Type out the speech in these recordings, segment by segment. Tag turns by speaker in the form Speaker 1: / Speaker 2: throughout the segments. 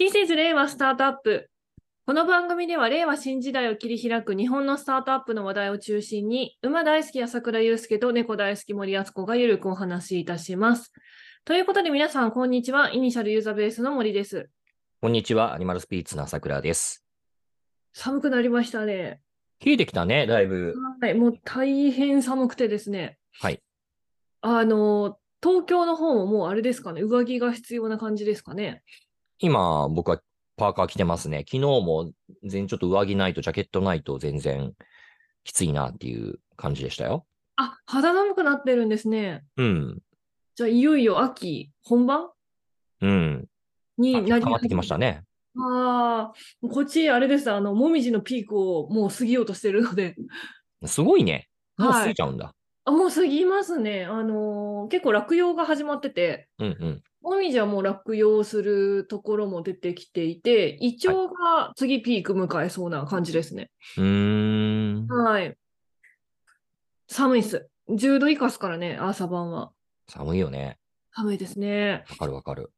Speaker 1: This is 令和スタートアップ。この番組では令和新時代を切り開く日本のスタートアップの話題を中心に、馬大好き朝倉祐介と猫大好き森敦子がゆるくお話しいたします。ということで皆さん、こんにちは。イニシャルユーザーベースの森です。
Speaker 2: こんにちは、アニマルスピーツの朝倉です。
Speaker 1: 寒くなりましたね。
Speaker 2: 冷えてきたね、だいぶ。
Speaker 1: はい、もう大変寒くてですね。
Speaker 2: はい。
Speaker 1: あの、東京の方ももうあれですかね、上着が必要な感じですかね。
Speaker 2: 今、僕はパーカー着てますね。昨日も全然ちょっと上着ないと、ジャケットないと全然きついなっていう感じでしたよ。
Speaker 1: あ、肌寒くなってるんですね。
Speaker 2: うん。
Speaker 1: じゃあ、いよいよ秋本番
Speaker 2: うん。
Speaker 1: にな
Speaker 2: あ
Speaker 1: り
Speaker 2: 溜まってきましたね。
Speaker 1: ああ、こっち、あれです。あの、もみじのピークをもう過ぎようとしてるので。
Speaker 2: すごいね。もう
Speaker 1: はい
Speaker 2: 過ぎちゃうんだ。
Speaker 1: あ、もう過ぎますね。あのー結構落葉が始まってて、
Speaker 2: うんうん。
Speaker 1: もみじはもう落葉するところも出てきていて、イチョウが次ピーク迎えそうな感じですね。
Speaker 2: うーん。
Speaker 1: はい。寒いっす。10度以下っすからね、朝晩は。
Speaker 2: 寒いよね。
Speaker 1: 寒いですね。
Speaker 2: わかるわかる。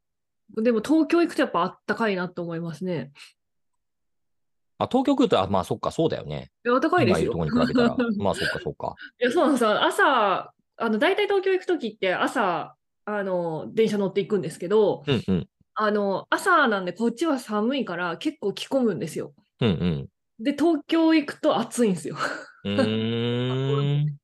Speaker 1: でも東京行くとやっぱあったかいなと思いますね。
Speaker 2: あ、東京来ると、あ、まあそっか、そうだよね。
Speaker 1: いやあったかいで
Speaker 2: 今
Speaker 1: す
Speaker 2: い
Speaker 1: よ
Speaker 2: ると。こに比べたら。まあそっかそっか。
Speaker 1: いや、そうなんですよ。朝、あの、大体東京行くときって朝、あの、電車乗っていくんですけど、
Speaker 2: うんうん。
Speaker 1: あの、朝なんでこっちは寒いから結構着込むんですよ。
Speaker 2: うんうん。
Speaker 1: で、東京行くと暑いんですよ。っ
Speaker 2: う ーん。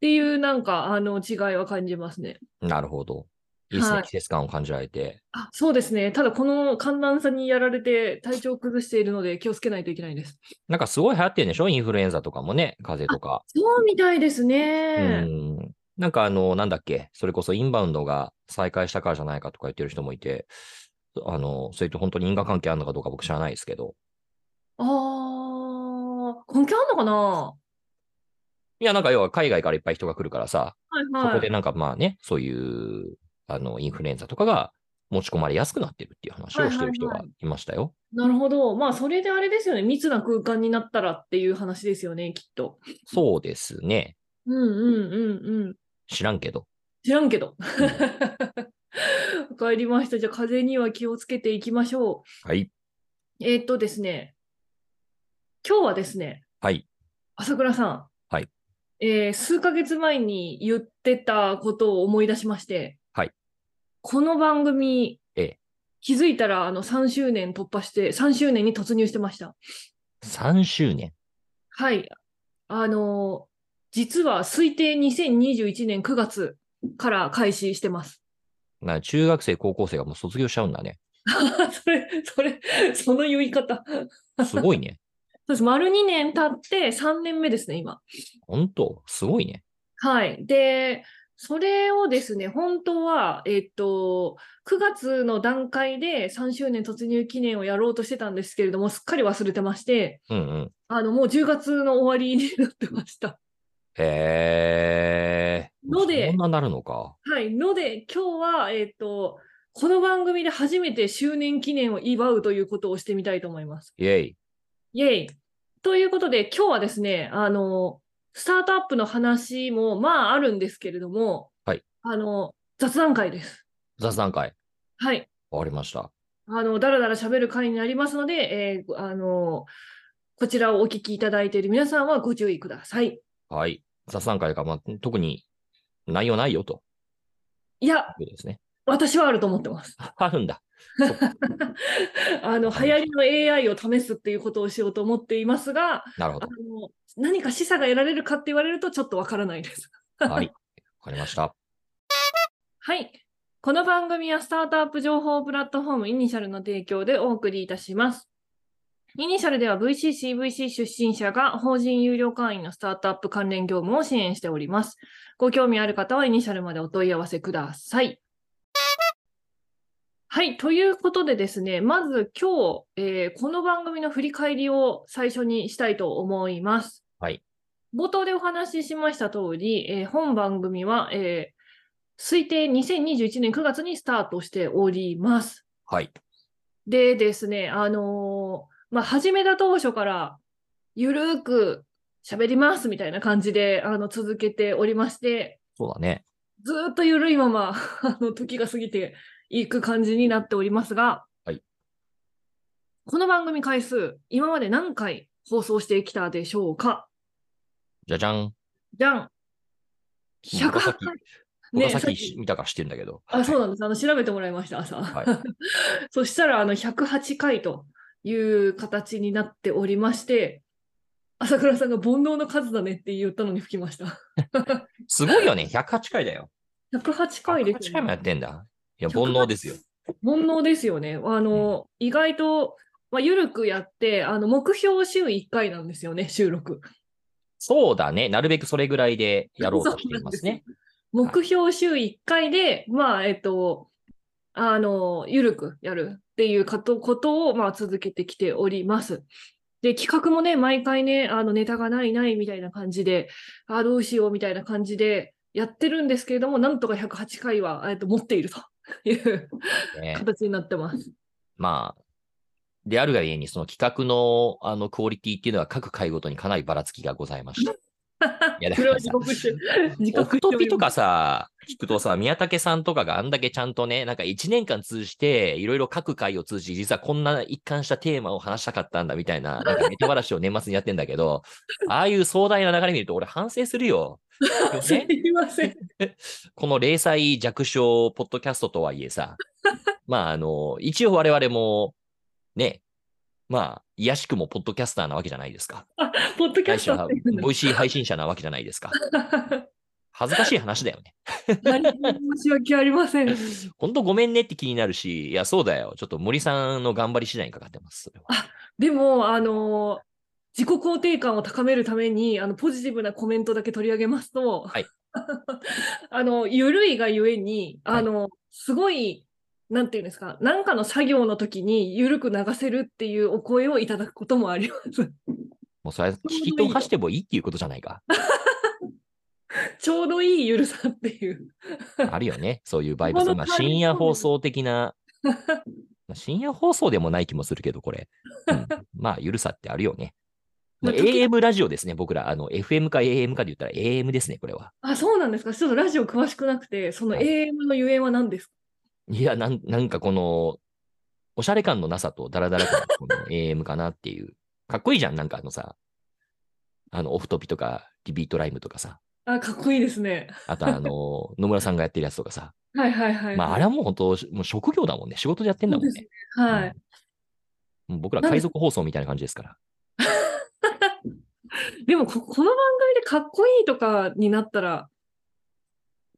Speaker 1: ていうなんか、あの、違いは感じますね。
Speaker 2: なるほど。いいですね。
Speaker 1: はい
Speaker 2: 季節感を感じられて。
Speaker 1: あ、そうですね。ただ、この寒暖差にやられて体調を崩しているので気をつけないといけないです。
Speaker 2: なんかすごい流行ってるんでしょインフルエンザとかもね、風邪とか。
Speaker 1: そうみたいです
Speaker 2: う
Speaker 1: ね。
Speaker 2: ん。なんかあの、なんだっけ、それこそインバウンドが再開したからじゃないかとか言ってる人もいて、あの、それと本当に因果関係あるのかどうか僕知らないですけど。
Speaker 1: ああ、関係あんのかない
Speaker 2: や、なんか要は海外からいっぱい人が来るからさ、
Speaker 1: はい
Speaker 2: そ
Speaker 1: はい。
Speaker 2: こでなんかまあね、そういう、あの、インフルエンザとかが持ち込まれやすくなってるっていう話をしてる人
Speaker 1: はい
Speaker 2: が
Speaker 1: はい
Speaker 2: いましたよ。
Speaker 1: なるほど。まあ、それであれですよね。密な空間になったらっていう話ですよね、きっと。
Speaker 2: そうですね。
Speaker 1: うんうんうんうん。
Speaker 2: 知らんけど。
Speaker 1: 知らんけど。 わかりました。じゃあ、風邪には気をつけていきましょ
Speaker 2: はい。
Speaker 1: う。えーっとですね。今日はですね、
Speaker 2: はい。
Speaker 1: 朝倉さん。
Speaker 2: はい。
Speaker 1: えー数ヶ月前に言ってたことを思い出しまして。
Speaker 2: はい。
Speaker 1: この番組、
Speaker 2: ええ
Speaker 1: 気づいたらあの3周年突破して、3周年に突入してました。
Speaker 2: 3周年。
Speaker 1: はい。あの、実は推定2021年9月から開始してます。
Speaker 2: な中学生、高校生がもう卒業しちゃうんだね。
Speaker 1: それ、それ、その言い方。そう
Speaker 2: すごいね。
Speaker 1: です。丸2年経って3年目ですね、今。
Speaker 2: 本当すごいね。
Speaker 1: はい。で、それをですね、本当は、えっと、9月の段階で3周年突入記念をやろうとしてたんですけれども、すっかり忘れてまして、
Speaker 2: うんうん。
Speaker 1: あの、もう10月の終わりになってました。
Speaker 2: へえ。
Speaker 1: ので
Speaker 2: そんななるのか。
Speaker 1: はい。ので、今日は、えっ、と、この番組で初めて周年記念を祝うということをしてみたいと思います。
Speaker 2: イェイ。
Speaker 1: イェイということで、今日はですね、あの、スタートアップの話も、まあ、あるんですけれども、
Speaker 2: はい。
Speaker 1: あの、雑談会です。
Speaker 2: 雑談会。
Speaker 1: はい。
Speaker 2: 終わりました。
Speaker 1: あの、だらだら喋る会になりますので、えーあの、こちらをお聞きいただいている皆さんはご注意ください。
Speaker 2: はい。雑談会が、まあ、特に内容ないよと。
Speaker 1: いや、
Speaker 2: いうことですね。
Speaker 1: 私はあると思ってます。
Speaker 2: あるんだ。
Speaker 1: あの、流行りの AI を試すっていうことをしようと思っていますが、
Speaker 2: なるほ
Speaker 1: あ
Speaker 2: ど。
Speaker 1: の何か示唆が得られるかって言われるとちょっとわからないです。
Speaker 2: はい。わかりました。
Speaker 1: はい。この番組はスタートアップ情報プラットフォームイニシャルの提供でお送りいたします。イニシャルでは VCCVC 出身者が法人有料会員のスタートアップ関連業務を支援しております。ご興味ある方はイニシャルまでお問い合わせください。はい。ということでですね、まず今日、えーこの番組の振り返りを最初にしたいと思います。
Speaker 2: はい。
Speaker 1: 冒頭でお話ししました通り、えー本番組は、えー推定2021年9月にスタートしております。
Speaker 2: はい。
Speaker 1: でですね、あのーまあ、始めた当初から、ゆるーく喋りますみたいな感じで、あの、続けておりまして、
Speaker 2: そうだね。
Speaker 1: ず ーっとゆるいまま、あの、時が過ぎていく感じになっておりますが、
Speaker 2: はい
Speaker 1: この番組回数、今まで何回放送してきたでしょうか
Speaker 2: じゃじゃん。
Speaker 1: じゃん。108
Speaker 2: 僕がさっ
Speaker 1: 回
Speaker 2: き。僕
Speaker 1: ね
Speaker 2: がさっ
Speaker 1: さっ
Speaker 2: き
Speaker 1: き
Speaker 2: 見たかしてるんだけど。
Speaker 1: あ、そうなんです。あの、調べてもらいました、朝。
Speaker 2: はい
Speaker 1: そしたら、あの、108回という形になっておりまして、朝倉さんが煩悩の数だねって言ったのに吹きました。
Speaker 2: すごいよね。108回だよ。
Speaker 1: 108回ですよ
Speaker 2: 108
Speaker 1: ね
Speaker 2: 回もやってんだ。いや、煩悩ですよ。
Speaker 1: 煩悩ですよね。あの、意外と、まあ、ゆるくやって、あの、目標週1回なんですよね、収録。
Speaker 2: そうだね。なるべくそれぐらいでやろうとしていますね。
Speaker 1: 目標週1回で、まあ、えっと、あの、ゆるくやるっていうかとことを、まあ、続けてきております。で、企画もね、毎回ね、あの、ネタがないないみたいな感じで、あどうしようみたいな感じでやってるんですけれども、なんとか108回は、えっと、持っているという
Speaker 2: ね
Speaker 1: 形になってます。
Speaker 2: まあ、であるがゆえに、その企画のあのクオリティっていうのは各回ごとにかなりばらつきがございま した。いや、だ
Speaker 1: そ
Speaker 2: か
Speaker 1: れは
Speaker 2: ら
Speaker 1: 自
Speaker 2: さ、
Speaker 1: 覚 して、自
Speaker 2: オ
Speaker 1: 覚
Speaker 2: ク
Speaker 1: しており
Speaker 2: ト
Speaker 1: ます
Speaker 2: ピとかさ、聞くとさ、宮武さんとかがあんだけちゃんとね、なんか1年間通じて、いろいろ各回を通じ、実はこんな一貫したテーマを話したかったんだみたいな、なんかネタ話を年末にやってんだけど、ああいう壮大な流れ見ると俺反省す るよ。
Speaker 1: す
Speaker 2: ね、
Speaker 1: いません。
Speaker 2: この零細弱小ポッドキャストとはい えさ、まああの、一応我々も、ね、まあ、いやしくもポッドキャスターなわけじゃないですか。
Speaker 1: ポッドキャ
Speaker 2: 会
Speaker 1: スト
Speaker 2: 社
Speaker 1: っ
Speaker 2: は
Speaker 1: ていうの
Speaker 2: ボイシー配信者なわけじゃないですか。
Speaker 1: は
Speaker 2: 恥ずかしい話だよね。
Speaker 1: 何も申し訳ありません。
Speaker 2: ほんとごめんねって気になるし、いや、そうだよ。ちょっと森さんの頑張り次第にかかってます。それは
Speaker 1: でも、あの自己肯定感を高めるためにあのポジティブなコメントだけ取り上げますと、
Speaker 2: はい
Speaker 1: あのゆるいがゆえに
Speaker 2: はい
Speaker 1: あの、すごいなんていうんですか何かの作業の時にゆるく流せるっていうお声をいただくこともあります。
Speaker 2: もうそれは聞き飛ばしてもいいっていうことじゃないか。
Speaker 1: ちょうどいいゆるさっていう。
Speaker 2: あるよね。そういうバイブス。
Speaker 1: この
Speaker 2: まあ、
Speaker 1: タイミング
Speaker 2: 深夜放送的な。 まあ深夜放送でもない気もするけど、これ。うん まあ、ゆるさってあるよね。まあ
Speaker 1: まあ時々
Speaker 2: AM ラジオですね、僕ら。あの、FM か AM かで言ったら AM ですね、これは。
Speaker 1: あそうなんですかちょっとラジオ詳しくなくてその
Speaker 2: はい
Speaker 1: AM のゆえんは何ですか
Speaker 2: いや、なんなんかこの、おしゃれ感のなさとダラダラ感の この AM かなっていう。かっこいいじゃん、なんかあのさ、あの、オフトピとか、リビートライムとかさ。
Speaker 1: あかっこいいですね。
Speaker 2: あと、あの、野村さんがやってるやつとかさ。
Speaker 1: はいはいはい。
Speaker 2: まあ、あれはもう本当、もう職業だもんね。仕事でやってんだもんね。
Speaker 1: はい、
Speaker 2: うんもう僕ら
Speaker 1: なんで
Speaker 2: 海賊放送みたいな感じですから。
Speaker 1: でもこ、この番組でかっこいいとかになったら、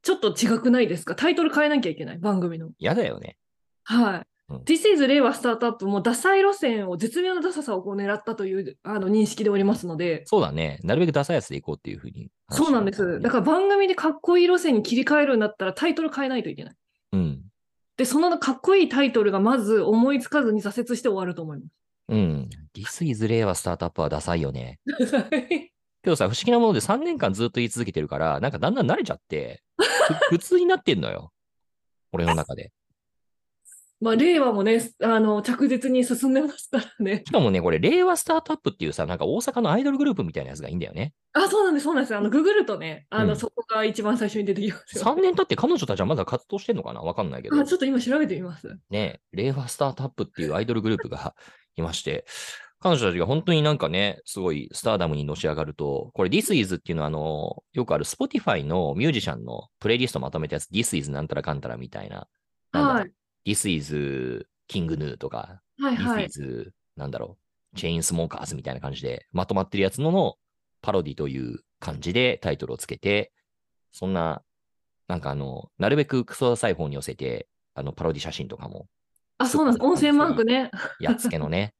Speaker 1: ちょっと違くないですかタイトル変えなきゃいけない、番組の。
Speaker 2: 嫌だよね。
Speaker 1: はい。
Speaker 2: うん
Speaker 1: This is 令和スタートアップもダサい路線を絶妙なダサさをこう狙ったというあの認識でおりますので、
Speaker 2: そうだね。なるべくダサいやつでいこうっていうふうに、
Speaker 1: そうなんです。だ
Speaker 2: だか
Speaker 1: から番組でかっこいい路線に切り替えるんだったらタイトル変えないといけない。
Speaker 2: ら。うん。
Speaker 1: で、そのかっこいいタイトルがまず思いつかずに挫折して終わると思いま
Speaker 2: うん。This is 令和スタートアップはダサいよね。
Speaker 1: す。
Speaker 2: けどさ、不思議なもので3年間ずっと言い続けてるから、なんかだんだん慣れちゃって、ふ 普通になってんのよ。俺の中で。
Speaker 1: まあ、令和もね、あの、着実に進んでますからね。
Speaker 2: しかもね、これ、令和スタートアップっていうさ、なんか大阪のアイドルグループみたいなやつがいいんだよね。
Speaker 1: あ、そうなんです、そうなんです。あの、ググるとね、あの、
Speaker 2: うん
Speaker 1: そこが一番最初に出てきますよ。
Speaker 2: 3年経って彼女たちはまだ活動してんのかなわかんないけど。
Speaker 1: あ、ちょっと今調べてみます。
Speaker 2: ね、令和スタートアップっていうアイドルグループが いまして、彼女たちが本当になんかね、すごいスターダムにのし上がると、これ This is っていうのはあの、よくある Spotify のミュージシャンのプレイリストまとめたやつ、This is なんたらかんたらみたいな、なんだろ
Speaker 1: は
Speaker 2: う This is King New とか、
Speaker 1: い。はいはい。
Speaker 2: This is なんだろう、チェインスモーカーズみたいな感じで、まとまってるやつののパロディという感じでタイトルをつけて、そんな、なんかあの、なるべくクソダサい方に寄せて、あの、パロディ写真とかも
Speaker 1: あ、そうなんです。温泉マークね。
Speaker 2: やっつけ のね、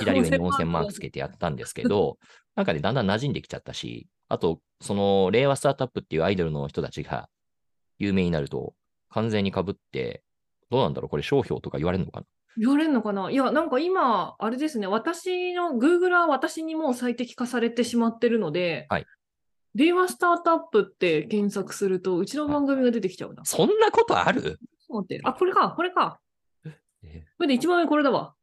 Speaker 2: 左上に温泉マークつ
Speaker 1: け。
Speaker 2: けてやったんですけ ど、なんかね、だんだん馴染んできちゃったし、あと、その、令和スタートアップっていうアイドルの人たちが有名になると、完全に被って、どうなんだろうこれ商標とか言われるのかな
Speaker 1: 言われるのかないや、なんか今、あれですね、私の Google は私にもう最適化されてしまってるので、
Speaker 2: はい。
Speaker 1: 令和スタートアップって検索すると、うちの番組が出てきちゃうな。
Speaker 2: そんなことある
Speaker 1: ちょっと待って。あ、これか、これか。
Speaker 2: え
Speaker 1: これで一番上これだわ。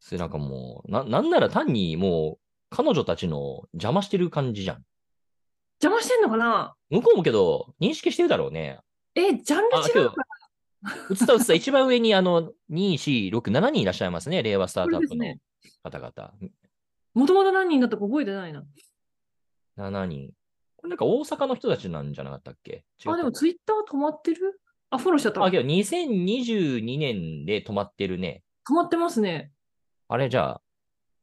Speaker 2: それなんかもう、な、なんなら単にもう、彼女たちの邪魔してる感じじゃん。
Speaker 1: 邪魔してんのかな
Speaker 2: 向こうもけど、認識してるだろうね。
Speaker 1: え、ジャンル
Speaker 2: あ、け
Speaker 1: 違う
Speaker 2: ど
Speaker 1: から。、
Speaker 2: うつたうつた、一番上にあの、2、4、6、7人いらっしゃいますね。令和スタートアップ
Speaker 1: そう
Speaker 2: の
Speaker 1: ですね
Speaker 2: 方々。
Speaker 1: もともと何人だったか覚えてないな。
Speaker 2: 7人。これなんか大阪の人たちなんじゃなかったっけ違
Speaker 1: あ、でも
Speaker 2: う。
Speaker 1: ツイッター止まってるあ、フォローしちゃった。
Speaker 2: あ、
Speaker 1: 止
Speaker 2: けど2022年で止まってるね。
Speaker 1: まってますね。
Speaker 2: あれ、じゃあ、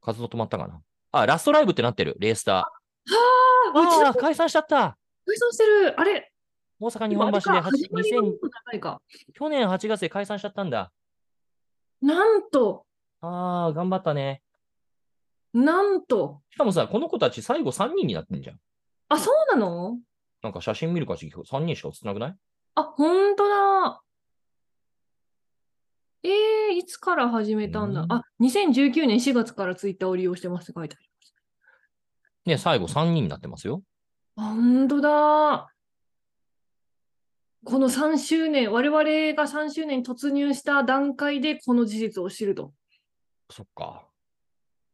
Speaker 2: 活動止まったかな。あ、ラストライブってなってる、レースタ
Speaker 1: は
Speaker 2: ー。
Speaker 1: あ、うち
Speaker 2: あ
Speaker 1: の
Speaker 2: あー、解散しちゃった。
Speaker 1: 解散してる。あれ
Speaker 2: 大阪
Speaker 1: で
Speaker 2: 日
Speaker 1: もあ
Speaker 2: 本
Speaker 1: れ
Speaker 2: 橋
Speaker 1: か
Speaker 2: で
Speaker 1: 始まりの
Speaker 2: 8
Speaker 1: こ
Speaker 2: 2000
Speaker 1: とじゃないか。
Speaker 2: 去年8月で解散しちゃったんだ。
Speaker 1: なんと、
Speaker 2: ああ、頑張ったね。
Speaker 1: なんと。
Speaker 2: しかもさ、この子たち最後3人になってんじゃん。
Speaker 1: あ、そうなの
Speaker 2: なんか写真見るかし3人しか映ってなくない
Speaker 1: あ、ほんとだ。えー、いつから始めたんだ、
Speaker 2: うん
Speaker 1: あ、2019年4月からツイッターを利用してますって書いてある。
Speaker 2: ね、最後3人になってますよ。
Speaker 1: あほんとだ。この3周年、我々が3周年に突入した段階でこの事実を知ると。
Speaker 2: そっか。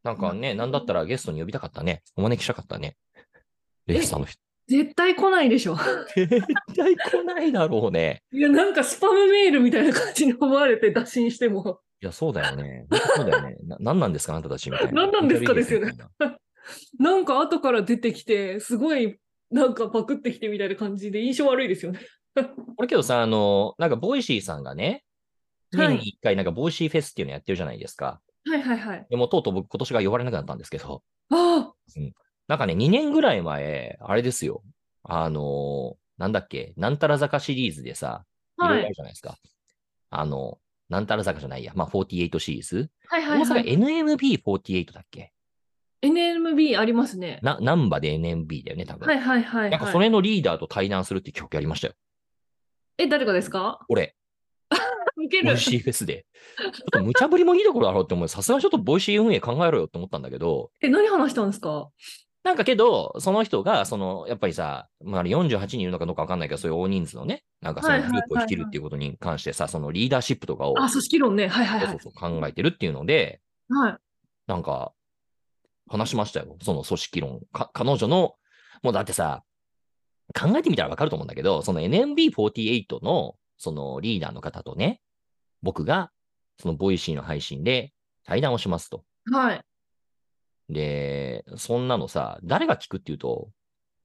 Speaker 2: なんかね、
Speaker 1: うん
Speaker 2: なんだったらゲストに呼びたかったね。お招きしたかったね。レースターの人。
Speaker 1: 絶対来ないでしょ。
Speaker 2: 絶対来ないだろうね。
Speaker 1: いや、なんかスパムメールみたいな感じに思われて打診しても。
Speaker 2: いや、そうだよね。本当そうだよ ね。な、なんなんですか、あなたたちみたいな。
Speaker 1: 何なんですかですよね
Speaker 2: みたいな。
Speaker 1: なんか後から出てきて、すごいなんかパクってきてみたいな感じで印象悪いですよね。
Speaker 2: これけどさ、あの、なんか、ボイシーさんがね、
Speaker 1: はい
Speaker 2: 年に一回、なんか、ボイシーフェスっていうのやってるじゃないですか。
Speaker 1: はいはいはい。
Speaker 2: でもうとうとう僕、今年が呼ばれなくなったんですけど、
Speaker 1: あ
Speaker 2: なんかね、2年ぐらい前、あれですよ。あの、なんだっけ、なんたら坂シリーズでさ、
Speaker 1: あ
Speaker 2: い
Speaker 1: は
Speaker 2: ろい
Speaker 1: い
Speaker 2: ろあ。るじゃないですか。あの、なんたら坂じゃないや、まあ、48シリーズ。
Speaker 1: はいは
Speaker 2: 大
Speaker 1: い、は
Speaker 2: 阪
Speaker 1: い。
Speaker 2: NMB48 だっけ
Speaker 1: NMB ありますね。
Speaker 2: な、ナンバで NMB だよね、多分。
Speaker 1: はいはいはい、
Speaker 2: なんか、そ
Speaker 1: はい。
Speaker 2: れのリーダーと対談するっていう曲やりましたよ。
Speaker 1: え、誰がですか
Speaker 2: 俺。
Speaker 1: 受け
Speaker 2: ボ
Speaker 1: る
Speaker 2: イ。シーフェスで。ちょっと無茶ぶりもいいところだろうって思う。さすがにちょっとボイシー運営考えろよって思ったんだけど、
Speaker 1: え、何話したんですか
Speaker 2: なんかけど、その人が、その、やっぱりさ、まあ、48人いるのかどうかわかんないけど、そういう大人数のね、なんかその
Speaker 1: はい
Speaker 2: グ
Speaker 1: はい
Speaker 2: ループを率いるっていうことに関してさ、そのリーダーシップとかを、
Speaker 1: あ、組織論ね。はいはい
Speaker 2: そ
Speaker 1: は
Speaker 2: うそう
Speaker 1: い。
Speaker 2: そう考えてるっていうので、
Speaker 1: はい、
Speaker 2: なんか、話しましたよ。その組織論。か、彼女の、もうだってさ、考えてみたらわかると思うんだけど、その NMB48 の、そのリーダーの方とね、僕が、そのボイシーの配信で対談をしますと。
Speaker 1: はい。
Speaker 2: で、そんなのさ、誰が聞くっていうと、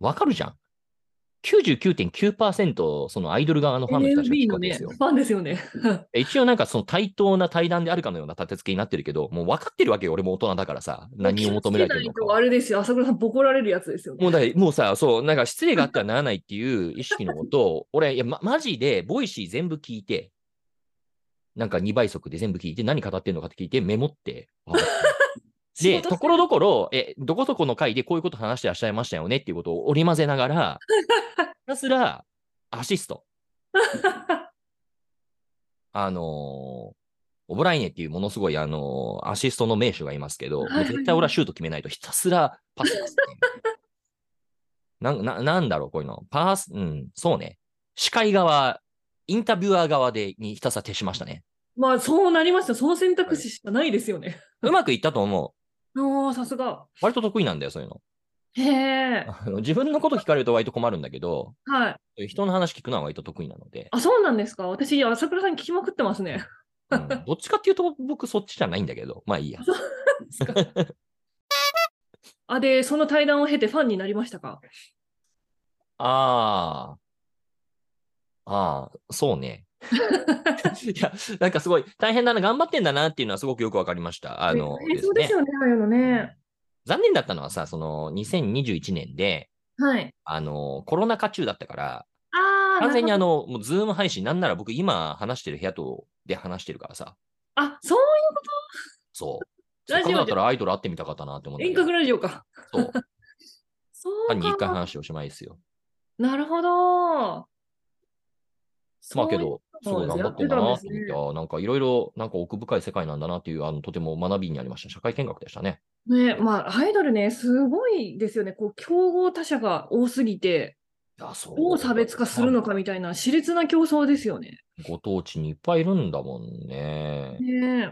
Speaker 2: わかるじゃん。99.9%そのアイドル側のファンの人たちが聞
Speaker 1: NMB
Speaker 2: く
Speaker 1: の
Speaker 2: わけで
Speaker 1: ね、
Speaker 2: す
Speaker 1: フ
Speaker 2: よ。
Speaker 1: ァンですよね。
Speaker 2: 一応なんかその対等な対談であるかのような立て付けになってるけど、もう分かってるわけよ。俺も大人だからさ、何を求められてるの
Speaker 1: 気をつけない
Speaker 2: か
Speaker 1: と
Speaker 2: は。
Speaker 1: あれですよ。朝倉さん、ボコられるやつですよね。
Speaker 2: もうだいもうさ、そう、なんか失礼があってはならないっていう意識の もと、俺、いや、ま、マジで、ボイシー全部聞いて、なんか2倍速で全部聞いて、何語ってんのかって聞いて、メモって。あ で、ところどころ、え、どこそこの回でこういうこと話してらっしゃいましたよねっていうことを織り交ぜな がら、ひたすらアシスト。あのーオブライネっていうものすごい、あのーアシストの名手がいますけど、
Speaker 1: はいはいはい
Speaker 2: 絶対俺はシュート決めないとひたすらパスですねなんななんだろう、こういうの。パース、うん、そうね。司会側、インタビュアー側でにひたすら徹しましたね。
Speaker 1: まあ、そうなりました。その選択肢しかないですよね。
Speaker 2: うまくいったと思う。
Speaker 1: おー、さすが。
Speaker 2: 割と得意なんだよ、そういうの。
Speaker 1: へえ。
Speaker 2: あの自分のこと聞かれると割と困るんだけど、
Speaker 1: はい。
Speaker 2: 人の話聞くのは割と得意なので、
Speaker 1: あ、そうなんですか。私、朝倉さん聞きまくってますね。
Speaker 2: うんどっちかっていうと僕そっちじゃないんだけど、まあいいや。
Speaker 1: あ、で、その対談を経てファンになりましたか
Speaker 2: ああ。ああ、そ うね。 いや、なんかすごい大変だな、頑張ってんだなっていうのはすごくよくわかりました。あの、
Speaker 1: えそうですよね、ああいうのね。
Speaker 2: 残念だったのはさ、その2021年で、
Speaker 1: はい。
Speaker 2: あの、コロナ禍中だったから、
Speaker 1: ああ、
Speaker 2: 完全に
Speaker 1: な
Speaker 2: あ
Speaker 1: るほど
Speaker 2: の、もうズーム配信、なんなら僕今話してる部屋とで話してるからさ、
Speaker 1: あ、そうい
Speaker 2: そう。せ
Speaker 1: ラ
Speaker 2: っ
Speaker 1: ジオで
Speaker 2: かくだったらアイドル会ってみたかったなって思っ
Speaker 1: う
Speaker 2: て。
Speaker 1: 遠隔ラジオか。
Speaker 2: そう。
Speaker 1: そうか。
Speaker 2: 単に一回話しておしまいですよ。
Speaker 1: なるほど。
Speaker 2: まあけ
Speaker 1: そういう。
Speaker 2: ど、すごい頑張ってんだなって思って、あーなんかいろいろ、なんか奥深い世界なんだなっていう、あの、とても学びになりました。社会見学でしたね。
Speaker 1: ね、まあ、アイドルね、すごいですよね。こう、競合他社が多すぎて、
Speaker 2: いや、そう。
Speaker 1: どう差別化するのかみたいな、熾烈な競争ですよね。
Speaker 2: ご当地にいっぱいいるんだもんね。
Speaker 1: ねえ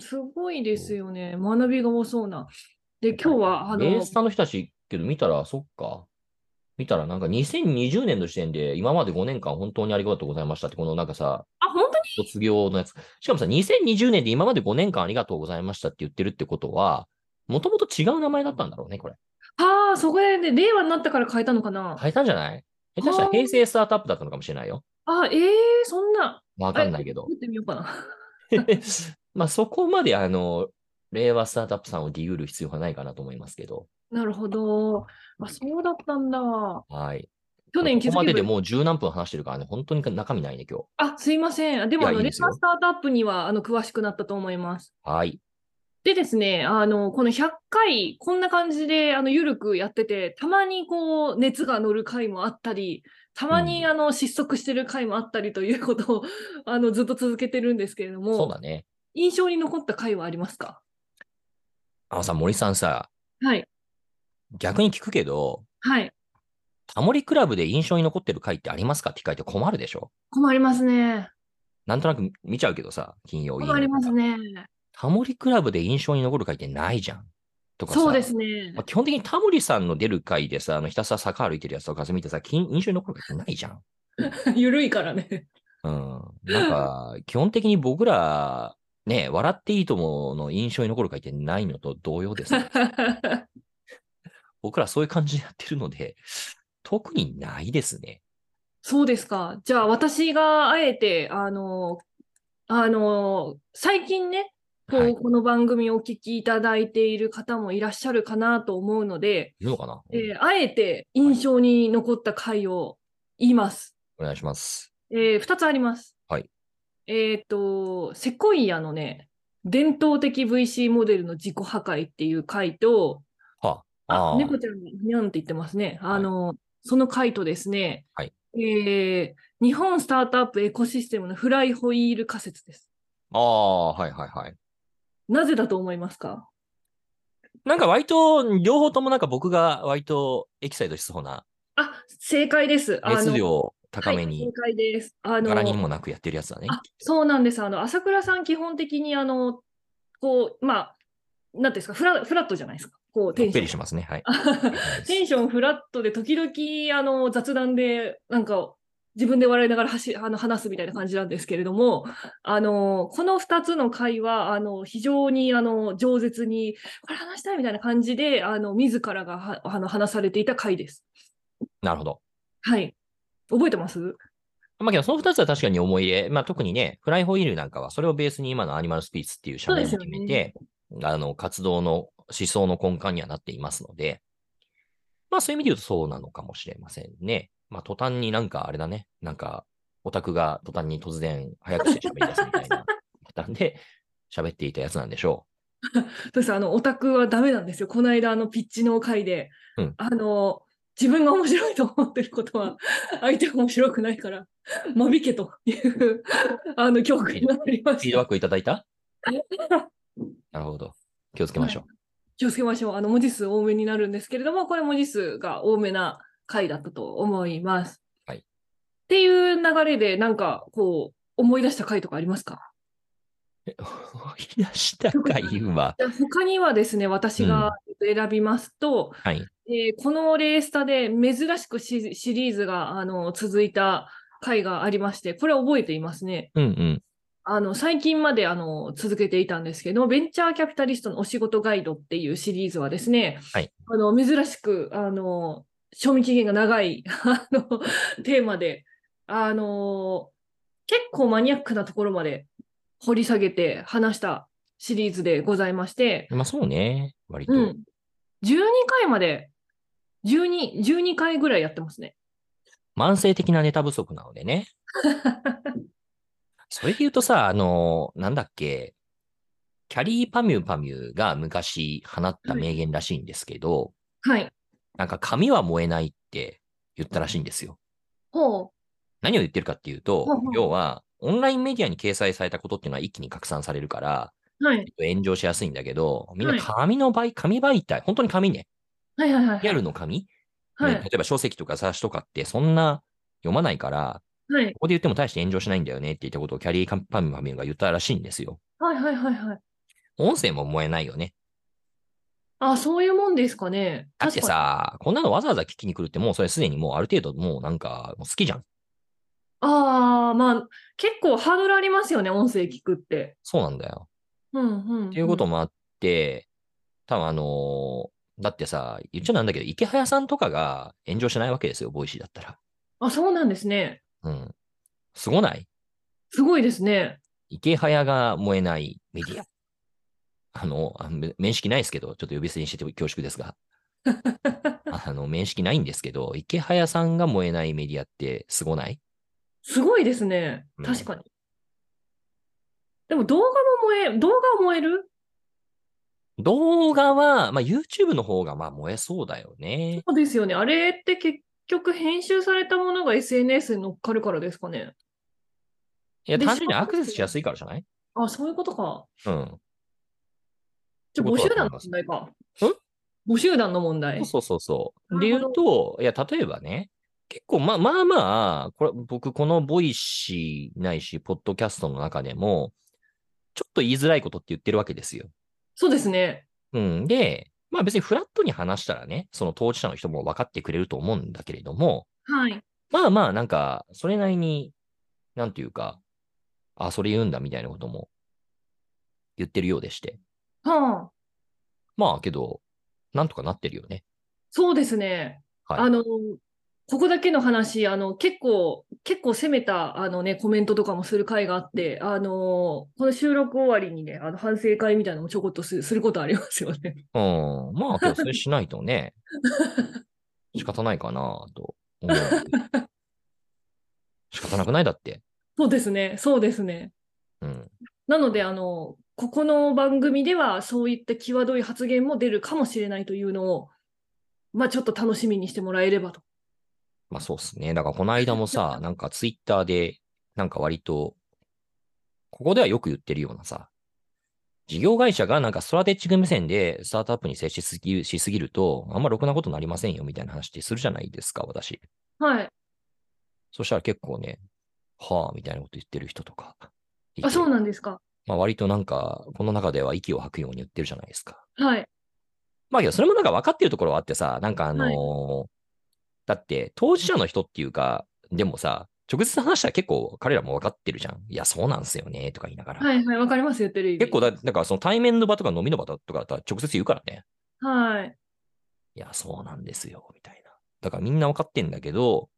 Speaker 1: すごいですよね。学びが多そうな。で、今日は、あ
Speaker 2: ベー
Speaker 1: の
Speaker 2: ス、ターの人たち、けど見たら、そっか。見たらなんか2020年の時点で今まで5年間本当にありがとうございましたって、このなんかさ、
Speaker 1: あ、本当に
Speaker 2: 卒業のやつ。しかもさ、2020年で今まで5年間ありがとうございましたって言ってるってことは、もともと違う名前だったんだろうね、これ。
Speaker 1: ああ、そこで、ね、令和になったから変えたのかな。
Speaker 2: 変えたんじゃない下手したら
Speaker 1: はあ
Speaker 2: 平成スタートアップだったのかもしれないよ。
Speaker 1: あーええそんな。
Speaker 2: わかんないけど
Speaker 1: 打。ってみようかな。
Speaker 2: まあそこまであの、令和スタートアップさんをディグる必要はないかなと思いますけど。
Speaker 1: なるほど。あ、そうだったんだ。
Speaker 2: はい。
Speaker 1: 去年気
Speaker 2: ここ
Speaker 1: づ
Speaker 2: ま
Speaker 1: け
Speaker 2: で
Speaker 1: ば
Speaker 2: でもう十何分話してるからね、本当に中身ないね、今日。
Speaker 1: あ、すいません。あでも、
Speaker 2: いや
Speaker 1: あの、
Speaker 2: いい
Speaker 1: レ
Speaker 2: ですよ
Speaker 1: タスタートアップには、あの、詳しくなったと思います。
Speaker 2: はい。
Speaker 1: でですね、あの、この100回、こんな感じで、あの、ゆるくやってて、たまにこう、熱が乗る回もあったり、たまに、
Speaker 2: うん
Speaker 1: あの、失速してる回もあったりということを、あの、ずっと続けてるんですけれども、
Speaker 2: そうだね。
Speaker 1: 印象に残った回はありますか
Speaker 2: あのさ、森さんさ、
Speaker 1: はい。
Speaker 2: 逆に聞くけど、
Speaker 1: はい。
Speaker 2: タモリクラブで印象に残ってる回ってありますかって聞かれて困るでしょ
Speaker 1: 困りますね。
Speaker 2: なんとなく見ちゃうけどさ、金曜
Speaker 1: 困ります。ね。
Speaker 2: タモリクラブで印象に残る回ってないじゃん。とかさ
Speaker 1: そうですね
Speaker 2: まあ。基本的にタモリさんの出る回でさ、あのひたすら坂歩いてるやつとかさ見てさ、金印象に残る回ってないじゃん。
Speaker 1: ゆるいからね。
Speaker 2: うん。なんか、基本的に僕ら、ね、笑っていいともの印象に残る回ってないのと同様ですね、 僕らそういう感じでやってるので、特にないですね。
Speaker 1: そうですか。じゃあ私があえて、あの、あの、最近ね、こう
Speaker 2: はい
Speaker 1: この番組をお聞きいただいている方もいらっしゃるかなと思うので、
Speaker 2: いるのかな、
Speaker 1: えーあえて印象に残った回を言います。
Speaker 2: お願いします。
Speaker 1: え2つあります。
Speaker 2: はい。
Speaker 1: えっ、と、セコイアのね、伝統的 VC モデルの自己破壊っていう回と、
Speaker 2: はあ。
Speaker 1: あ、
Speaker 2: あー
Speaker 1: 猫ちゃんがにゃんって言ってますね。
Speaker 2: い
Speaker 1: あの、その回とですね、
Speaker 2: はい
Speaker 1: えー日本スタートアップエコシステムのフライホイール仮説です。
Speaker 2: あー、はいはいはい。
Speaker 1: なぜだと思いますか
Speaker 2: なんか割と、両方ともなんか僕が割とエキサイトしそうな、
Speaker 1: あ、正解です。あの
Speaker 2: 熱量高め
Speaker 1: はい
Speaker 2: に、
Speaker 1: 正解です。あの
Speaker 2: 柄にもなくやってるやつだね。
Speaker 1: あそうなんです。あの、朝倉さん基本的に、あの、こう、まあ、なんていうんですか、フラフラットじゃないですか。こう、テ
Speaker 2: の
Speaker 1: ン
Speaker 2: っ
Speaker 1: シ
Speaker 2: ぺ
Speaker 1: ョン
Speaker 2: りしますね。はい。
Speaker 1: テンションフラットで、時々あの雑談で、なんか自分で笑いながらはしあの話すみたいな感じなんですけれども、あのこの2つの会話、あの非常にあの饒舌に、これ話したいみたいな感じで、あの自らがはあの話されていた回です。
Speaker 2: なるほど。
Speaker 1: はい。覚えてます
Speaker 2: まあけど、その二つは確かに思い入れ。まあ特にね、フライホイールなんかは、それをベースに今のアニマルスピーツっていう社名
Speaker 1: そ
Speaker 2: も
Speaker 1: うで
Speaker 2: 決
Speaker 1: すよ
Speaker 2: め
Speaker 1: ね
Speaker 2: て、あの、活動の思想の根幹にはなっていますので、まあそういう意味で言うとそうなのかもしれませんね。まあ途端になんかあれだね、なんかオタクが途端に突然早くして喋り出すみ たいなパターンで喋っていたやつなんでしょ
Speaker 1: そうです。あの、オタクはダメなんですよ。この間、あの、ピッチの回で、
Speaker 2: うん
Speaker 1: あの、自分が面白いと思ってること は、相手が面白くないから、間引けという、あの、教訓になりま
Speaker 2: う。フィ
Speaker 1: し
Speaker 2: ードバ
Speaker 1: た。
Speaker 2: ックいただい たなるほど。気をつけましょう。
Speaker 1: 気をつけましょう。あの、文字数多めになるんですけれども、これ文字数が多めな回だったと思います。
Speaker 2: はい
Speaker 1: っていう流れで、なんか、こう、思い出した回とかありますか
Speaker 2: 思い出したか、今。
Speaker 1: じゃあ他にはですね、私が選びますと、
Speaker 2: はい。
Speaker 1: えーこのレースタで珍しくシシリーズがあの続いた回がありまして、これ覚えていますね。
Speaker 2: うんうん。
Speaker 1: あの最近まであの続けていたんですけど、ベンチャーキャピタリストのお仕事ガイドっていうシリーズはですね、
Speaker 2: はい
Speaker 1: あの珍しくあの賞味期限が長い あのテーマであの、結構マニアックなところまで掘り下げて話したシリーズでございまして、
Speaker 2: まあそうね。割と。
Speaker 1: うん。12回まで、12、12回ぐらいやってますね。
Speaker 2: 慢性的なネタ不足なので ね。それで言うとさ、あの、なんだっけ、キャリーパミューパミューが昔放った名言らしいんですけど、
Speaker 1: はい。
Speaker 2: なんか紙は燃えないって言ったらしいんですよ。
Speaker 1: ほ
Speaker 2: 何を言ってるかっていう
Speaker 1: ほう
Speaker 2: と
Speaker 1: ほ、う
Speaker 2: 要は、オンラインメディアに掲載されたことっていうのは一気に拡散されるから、
Speaker 1: う。はい。
Speaker 2: 炎上しやすいんだけど、みん
Speaker 1: は
Speaker 2: ない紙の媒、紙媒体、本当に紙ね、
Speaker 1: はいはいはい。
Speaker 2: リアルの紙、
Speaker 1: は
Speaker 2: ね
Speaker 1: い。
Speaker 2: 例えば書籍とか雑誌とかってそんな読まないから、
Speaker 1: はい。
Speaker 2: ここで言っても大して炎上しないんだよねって言ったことをキャリーカンパミュパミュが言ったらしいんですよ。
Speaker 1: はいはいはいはい。
Speaker 2: 音声も燃えないよね。
Speaker 1: あ、そういうもんですかね。
Speaker 2: だっ
Speaker 1: 確
Speaker 2: て
Speaker 1: か
Speaker 2: さ、こんなのわざわざ聞きに来るって、もうそれすでにもうある程度もうなんかもう好きじゃん。
Speaker 1: に。ああ、まあ、結構ハードルありますよね、音声聞くって。
Speaker 2: そうなんだよ。
Speaker 1: うんうん、
Speaker 2: っていうこともあって、多分あのーだってさ、言っちゃなんだけど、池早さんとかが炎上しないわけですよ、ボイシーだったら。
Speaker 1: あ、そうなんですね。
Speaker 2: うん。すごない
Speaker 1: すごいですね。
Speaker 2: 池早が燃えないメディア。あの、あめ面識ないですけど、ちょっと呼び捨てにしてて恐 縮ですが。あの、面識ないんですけど、池早さんが燃えないメディアってすごない
Speaker 1: すごいですね
Speaker 2: う。ん
Speaker 1: 確かに。でも動画も燃え、動画燃える
Speaker 2: 動画は、まあ、YouTube の方がまあ燃えそうだよね。
Speaker 1: そうですよね。あれって結局編集されたものが SNS に乗っかるからですかね。
Speaker 2: いや、
Speaker 1: で
Speaker 2: 単純に
Speaker 1: しかも
Speaker 2: アクセスしやすいからじゃない
Speaker 1: あ、そういうことか。
Speaker 2: うん。
Speaker 1: じゃあ、募
Speaker 2: ってこと
Speaker 1: 集
Speaker 2: だと
Speaker 1: 団
Speaker 2: 思い
Speaker 1: の
Speaker 2: ます
Speaker 1: 問題か。募集団の問題。
Speaker 2: そうそうそうそう。
Speaker 1: な
Speaker 2: で
Speaker 1: る
Speaker 2: 言
Speaker 1: ほ
Speaker 2: う
Speaker 1: ど
Speaker 2: と、いや、例えばね、結構、まあまあまあ、これ、僕、このボイシーないし、ポッドキャストの中でも、ちょっと言いづらいことって言ってるわけですよ。
Speaker 1: そうですね。
Speaker 2: うん。で、まあ別にフラットに話したらね、その当事者の人も分かってくれると思うんだけれども、
Speaker 1: はい。
Speaker 2: まあまあ、なんか、それなりに、なんていうか、あ、それ言うんだみたいなことも言ってるようでして。
Speaker 1: はあ、
Speaker 2: まあ、けど、なんとかなってるよね。
Speaker 1: そうですね。
Speaker 2: はい
Speaker 1: あの、ここだけの話、あの、結構、結構攻めた、あのね、コメントとかもする回があって、あの、この収録終わりにね、あの、反省会みたいなのもちょこっとすすることありますよね。
Speaker 2: うん。まあ、けど、それしないとね、仕方ないかなと思う。仕方なくないだって。
Speaker 1: そうですね。そうですね。
Speaker 2: うん。
Speaker 1: なので、あの、ここの番組では、そういった際どい発言も出るかもしれないというのを、まあ、ちょっと楽しみにしてもらえればと。
Speaker 2: まあ、そうっすね。だから、この間 もさ、なんか、ツイッターで、なんか割と、ここではよく言ってるようなさ、事業会社がなんかストラテジック目線でスタートアップに接しすぎしすぎると、あんまろくなことになりませんよみたいな話ってするじゃないですか、私。
Speaker 1: はい。
Speaker 2: そしたら結構ね、はあ、みたいなこと言ってる人とかいて。
Speaker 1: あ、そうなんですか。
Speaker 2: まあ割となんか、この中では息を吐くように言ってるじゃないですか。
Speaker 1: はい。
Speaker 2: まあけど、それもなんか分かってるところはあってさ、なんかあのーだって当事者の人っていうか、でもさ、直接話したら結構彼らも分かってるじゃん。いや、そうなんすよね、とか言いながら。
Speaker 1: はいはい。わかります。言ってる意味。
Speaker 2: 結構だ、なんかその対面の場とか飲みの場とかだったら直接言うからね。
Speaker 1: はい。
Speaker 2: いや、そうなんですよ、みたいな。だからみんな分かってんだけど、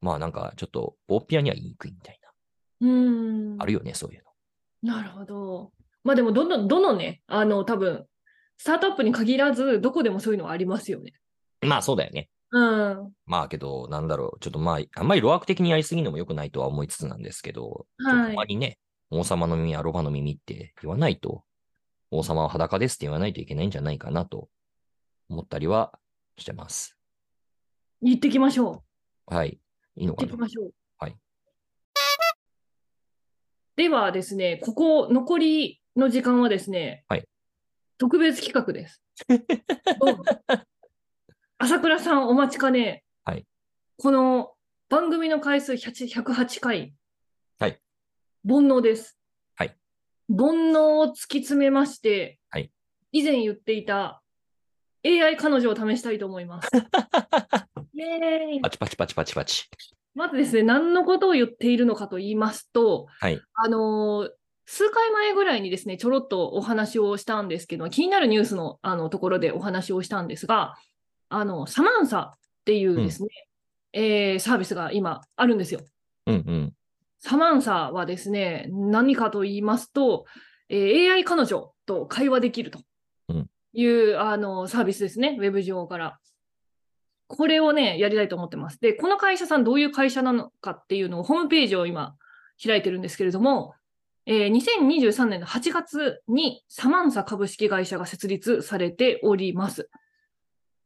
Speaker 2: まあなんかちょっと、大っぴらには言いにくいみたいな。
Speaker 1: うーん。
Speaker 2: あるよね、そういうの。
Speaker 1: なるほど。まあでも、どの、どのね、あの、多分、スタートアップに限らず、どこでもそういうのはありますよね。
Speaker 2: まあそうだよね。
Speaker 1: うん。
Speaker 2: まあけど、なんだろう、ちょっとまあ、あんまりロアク的にやりすぎるのも良くないとは思いつつなんですけど、ちょっと
Speaker 1: は
Speaker 2: あ
Speaker 1: い
Speaker 2: まりね、王様の耳、アロバの耳って言わないと、王様は裸ですって言わないといけないんじゃないかなと思ったりはしてます。
Speaker 1: 行ってきましょ
Speaker 2: はい。いいの
Speaker 1: う。行
Speaker 2: か
Speaker 1: ってき
Speaker 2: な
Speaker 1: ましょう。
Speaker 2: はい。
Speaker 1: ではですね、ここ、残りの時間はですね、
Speaker 2: はい
Speaker 1: 特別企画 です。どうぞ朝倉さん、お待ちかね、
Speaker 2: はい
Speaker 1: この番組の回数100 108回、
Speaker 2: はい
Speaker 1: 煩悩です。
Speaker 2: はい
Speaker 1: 煩悩を突き詰めまして、
Speaker 2: はい
Speaker 1: 以前言っていた AI 彼女を試したいと思い ます。イエーイ
Speaker 2: パチパチパチパチパチ。
Speaker 1: まずですね、何のことを言っているのかと言いますと、
Speaker 2: はい
Speaker 1: あのー数回前ぐらいにですね、ちょろっとお話をしたんですけど、気になるニュースのあのところでお話をしたんですが、あのサマンサっていうですね、えーサービスが今あるんですよ。
Speaker 2: うんうん。
Speaker 1: サマンサはですね、何かと言いますと、えー AI 彼女と会話できると
Speaker 2: うん
Speaker 1: いう、あのサービスですね、ウェブ上から。これをね、やりたいと思ってます。で、この会社さん、どういう会社なのかっていうのを、ホームページを今、開いてるんですけれども、えー2023年の8月にサマンサ株式会社が設立されております。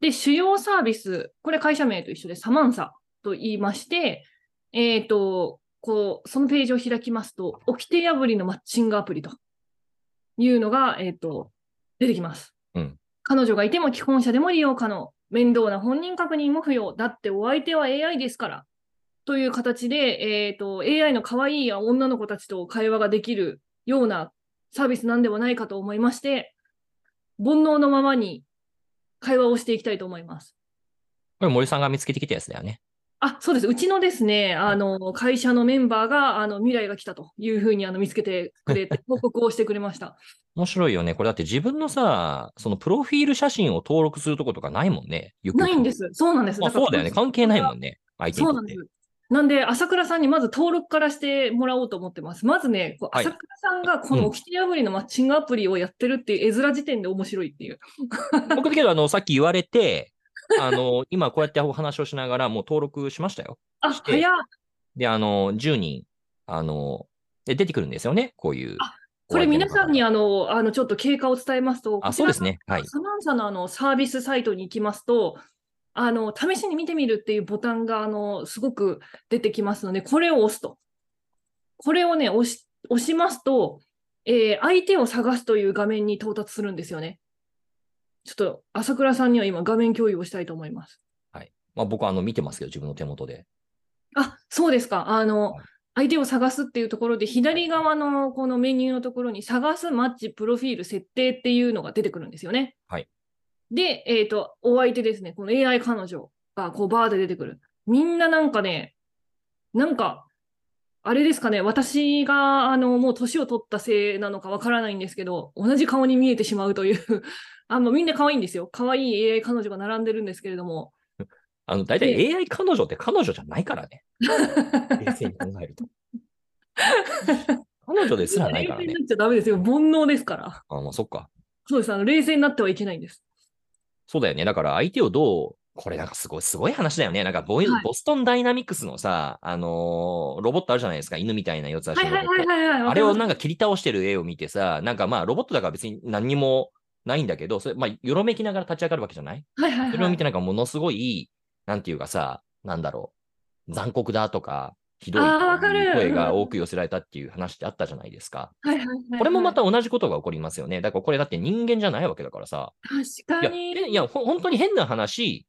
Speaker 1: で、主要サービス、これ会社名と一緒でサマンサと言いまして、えっ、と、こう、そのページを開きますと、掟破りのマッチングアプリというのが、えっ、と、出てきます。
Speaker 2: うん
Speaker 1: 彼女がいても既婚者でも利用可能。面倒な本人確認も不要。だってお相手は AI ですから。という形で、えっ、と、AI の可愛い女の子たちと会話ができるようなサービスなんではないかと思いまして、煩悩のままに会話をしていきたいと思います。
Speaker 2: これ森さんが見つけてきたやつだよね。
Speaker 1: あ、そうです。うちのですね、あの、会社のメンバーが、あの、未来が来たというふうに、あの、見つけてくれ て、報告をしてくれました。
Speaker 2: 面白いよね。これだって自分のさ、そのプロフィール写真を登録するとことかないもんね。ゆくゆく
Speaker 1: ないんで。す。そうなんです。
Speaker 2: あ、
Speaker 1: から
Speaker 2: そうだよね。関係ないもんね。相手に
Speaker 1: そうな
Speaker 2: とっ
Speaker 1: んで
Speaker 2: て
Speaker 1: す。。なんで、朝倉さんにまず登録からしてもらおうと思ってます。まずね、こう
Speaker 2: はい
Speaker 1: 朝倉さんがこ
Speaker 2: う
Speaker 1: の
Speaker 2: ん
Speaker 1: 起きて破りのマッチングアプリをやってるっていう絵面時点で面白いっていう。
Speaker 2: 僕だけど、あの、さっき言われて、あの、今こうやってお話をしながら、もう登録しましたよ。
Speaker 1: あ、
Speaker 2: して
Speaker 1: 早っ
Speaker 2: で、あの、10人、あの、で出てくるんですよね。こういう
Speaker 1: あ。これ
Speaker 2: お相手
Speaker 1: 皆
Speaker 2: の方
Speaker 1: さんにあの、あの、ちょっと経過を伝えますと、
Speaker 2: あ、そうです
Speaker 1: ね。
Speaker 2: ね。はい。
Speaker 1: サマンサのあのサービスサイトに行きますと、あの試しに見てみるっていうボタンがあのすごく出てきますので、これを押すと。これをね、押し押しますと、えー相手を探すという画面に到達するんですよね。ちょっと朝倉さんには今、画面共有をしたいと思います。
Speaker 2: まあ、僕はあの、見てますけど、自分の手元で。
Speaker 1: あそうですか。あの
Speaker 2: はい
Speaker 1: 相手を探すっていうところで、左側のこのメニューのところに、探す、マッチ、プロフィール、設定っていうのが出てくるんですよね。
Speaker 2: はい
Speaker 1: で、えっ、と、お相手ですね、この AI 彼女がこうバーで出てくる。みんななんかね、なんか、あれですかね、私があのもう年を取ったせいなのかわからないんですけど、同じ顔に見えてしまうという、 あもうみんな可愛いんですよ。可愛い AI 彼女が並んでるんですけれども、
Speaker 2: あの、大体 AI 彼女って彼女じゃないからね。冷静に考え ると。彼女ですらないから
Speaker 1: 冷
Speaker 2: ね
Speaker 1: 静に。なっちゃダメですよ。煩悩ですから。
Speaker 2: あ、まあ、そっか。
Speaker 1: そうです。あの冷静になってはいけないんです。
Speaker 2: そうだよね。だから相手をどう、これなんかすごい、すごい話だよね。なんかボ,、
Speaker 1: はい
Speaker 2: ボストンダイナミクスのさ、あのーロボットあるじゃないですか。犬みたいな四つ足
Speaker 1: はい
Speaker 2: のロボ
Speaker 1: は
Speaker 2: ッ
Speaker 1: い
Speaker 2: ト。
Speaker 1: はいはい、はい。
Speaker 2: あれをなん
Speaker 1: ん
Speaker 2: か切り倒してる絵を見てさ、なんかまあロボットだから別に何にもないんだけど、それ、まあ、よろめきながら立ち上がるわけじゃない
Speaker 1: はいはい
Speaker 2: それ
Speaker 1: は
Speaker 2: を見
Speaker 1: い、
Speaker 2: てなんかものすごい、なんていうかさ、なんだろう、残酷だとか、ひどい
Speaker 1: あー
Speaker 2: と
Speaker 1: わか
Speaker 2: いう
Speaker 1: る
Speaker 2: 声が多く寄せられたっていう話ってあったじゃないですか。
Speaker 1: はいはいはいはい。
Speaker 2: これもまた同じことが起こりますよね。だからこれだって人間じゃないわけだからさ。
Speaker 1: 確
Speaker 2: い
Speaker 1: か
Speaker 2: や、
Speaker 1: に。
Speaker 2: えいやほ本当に変な話、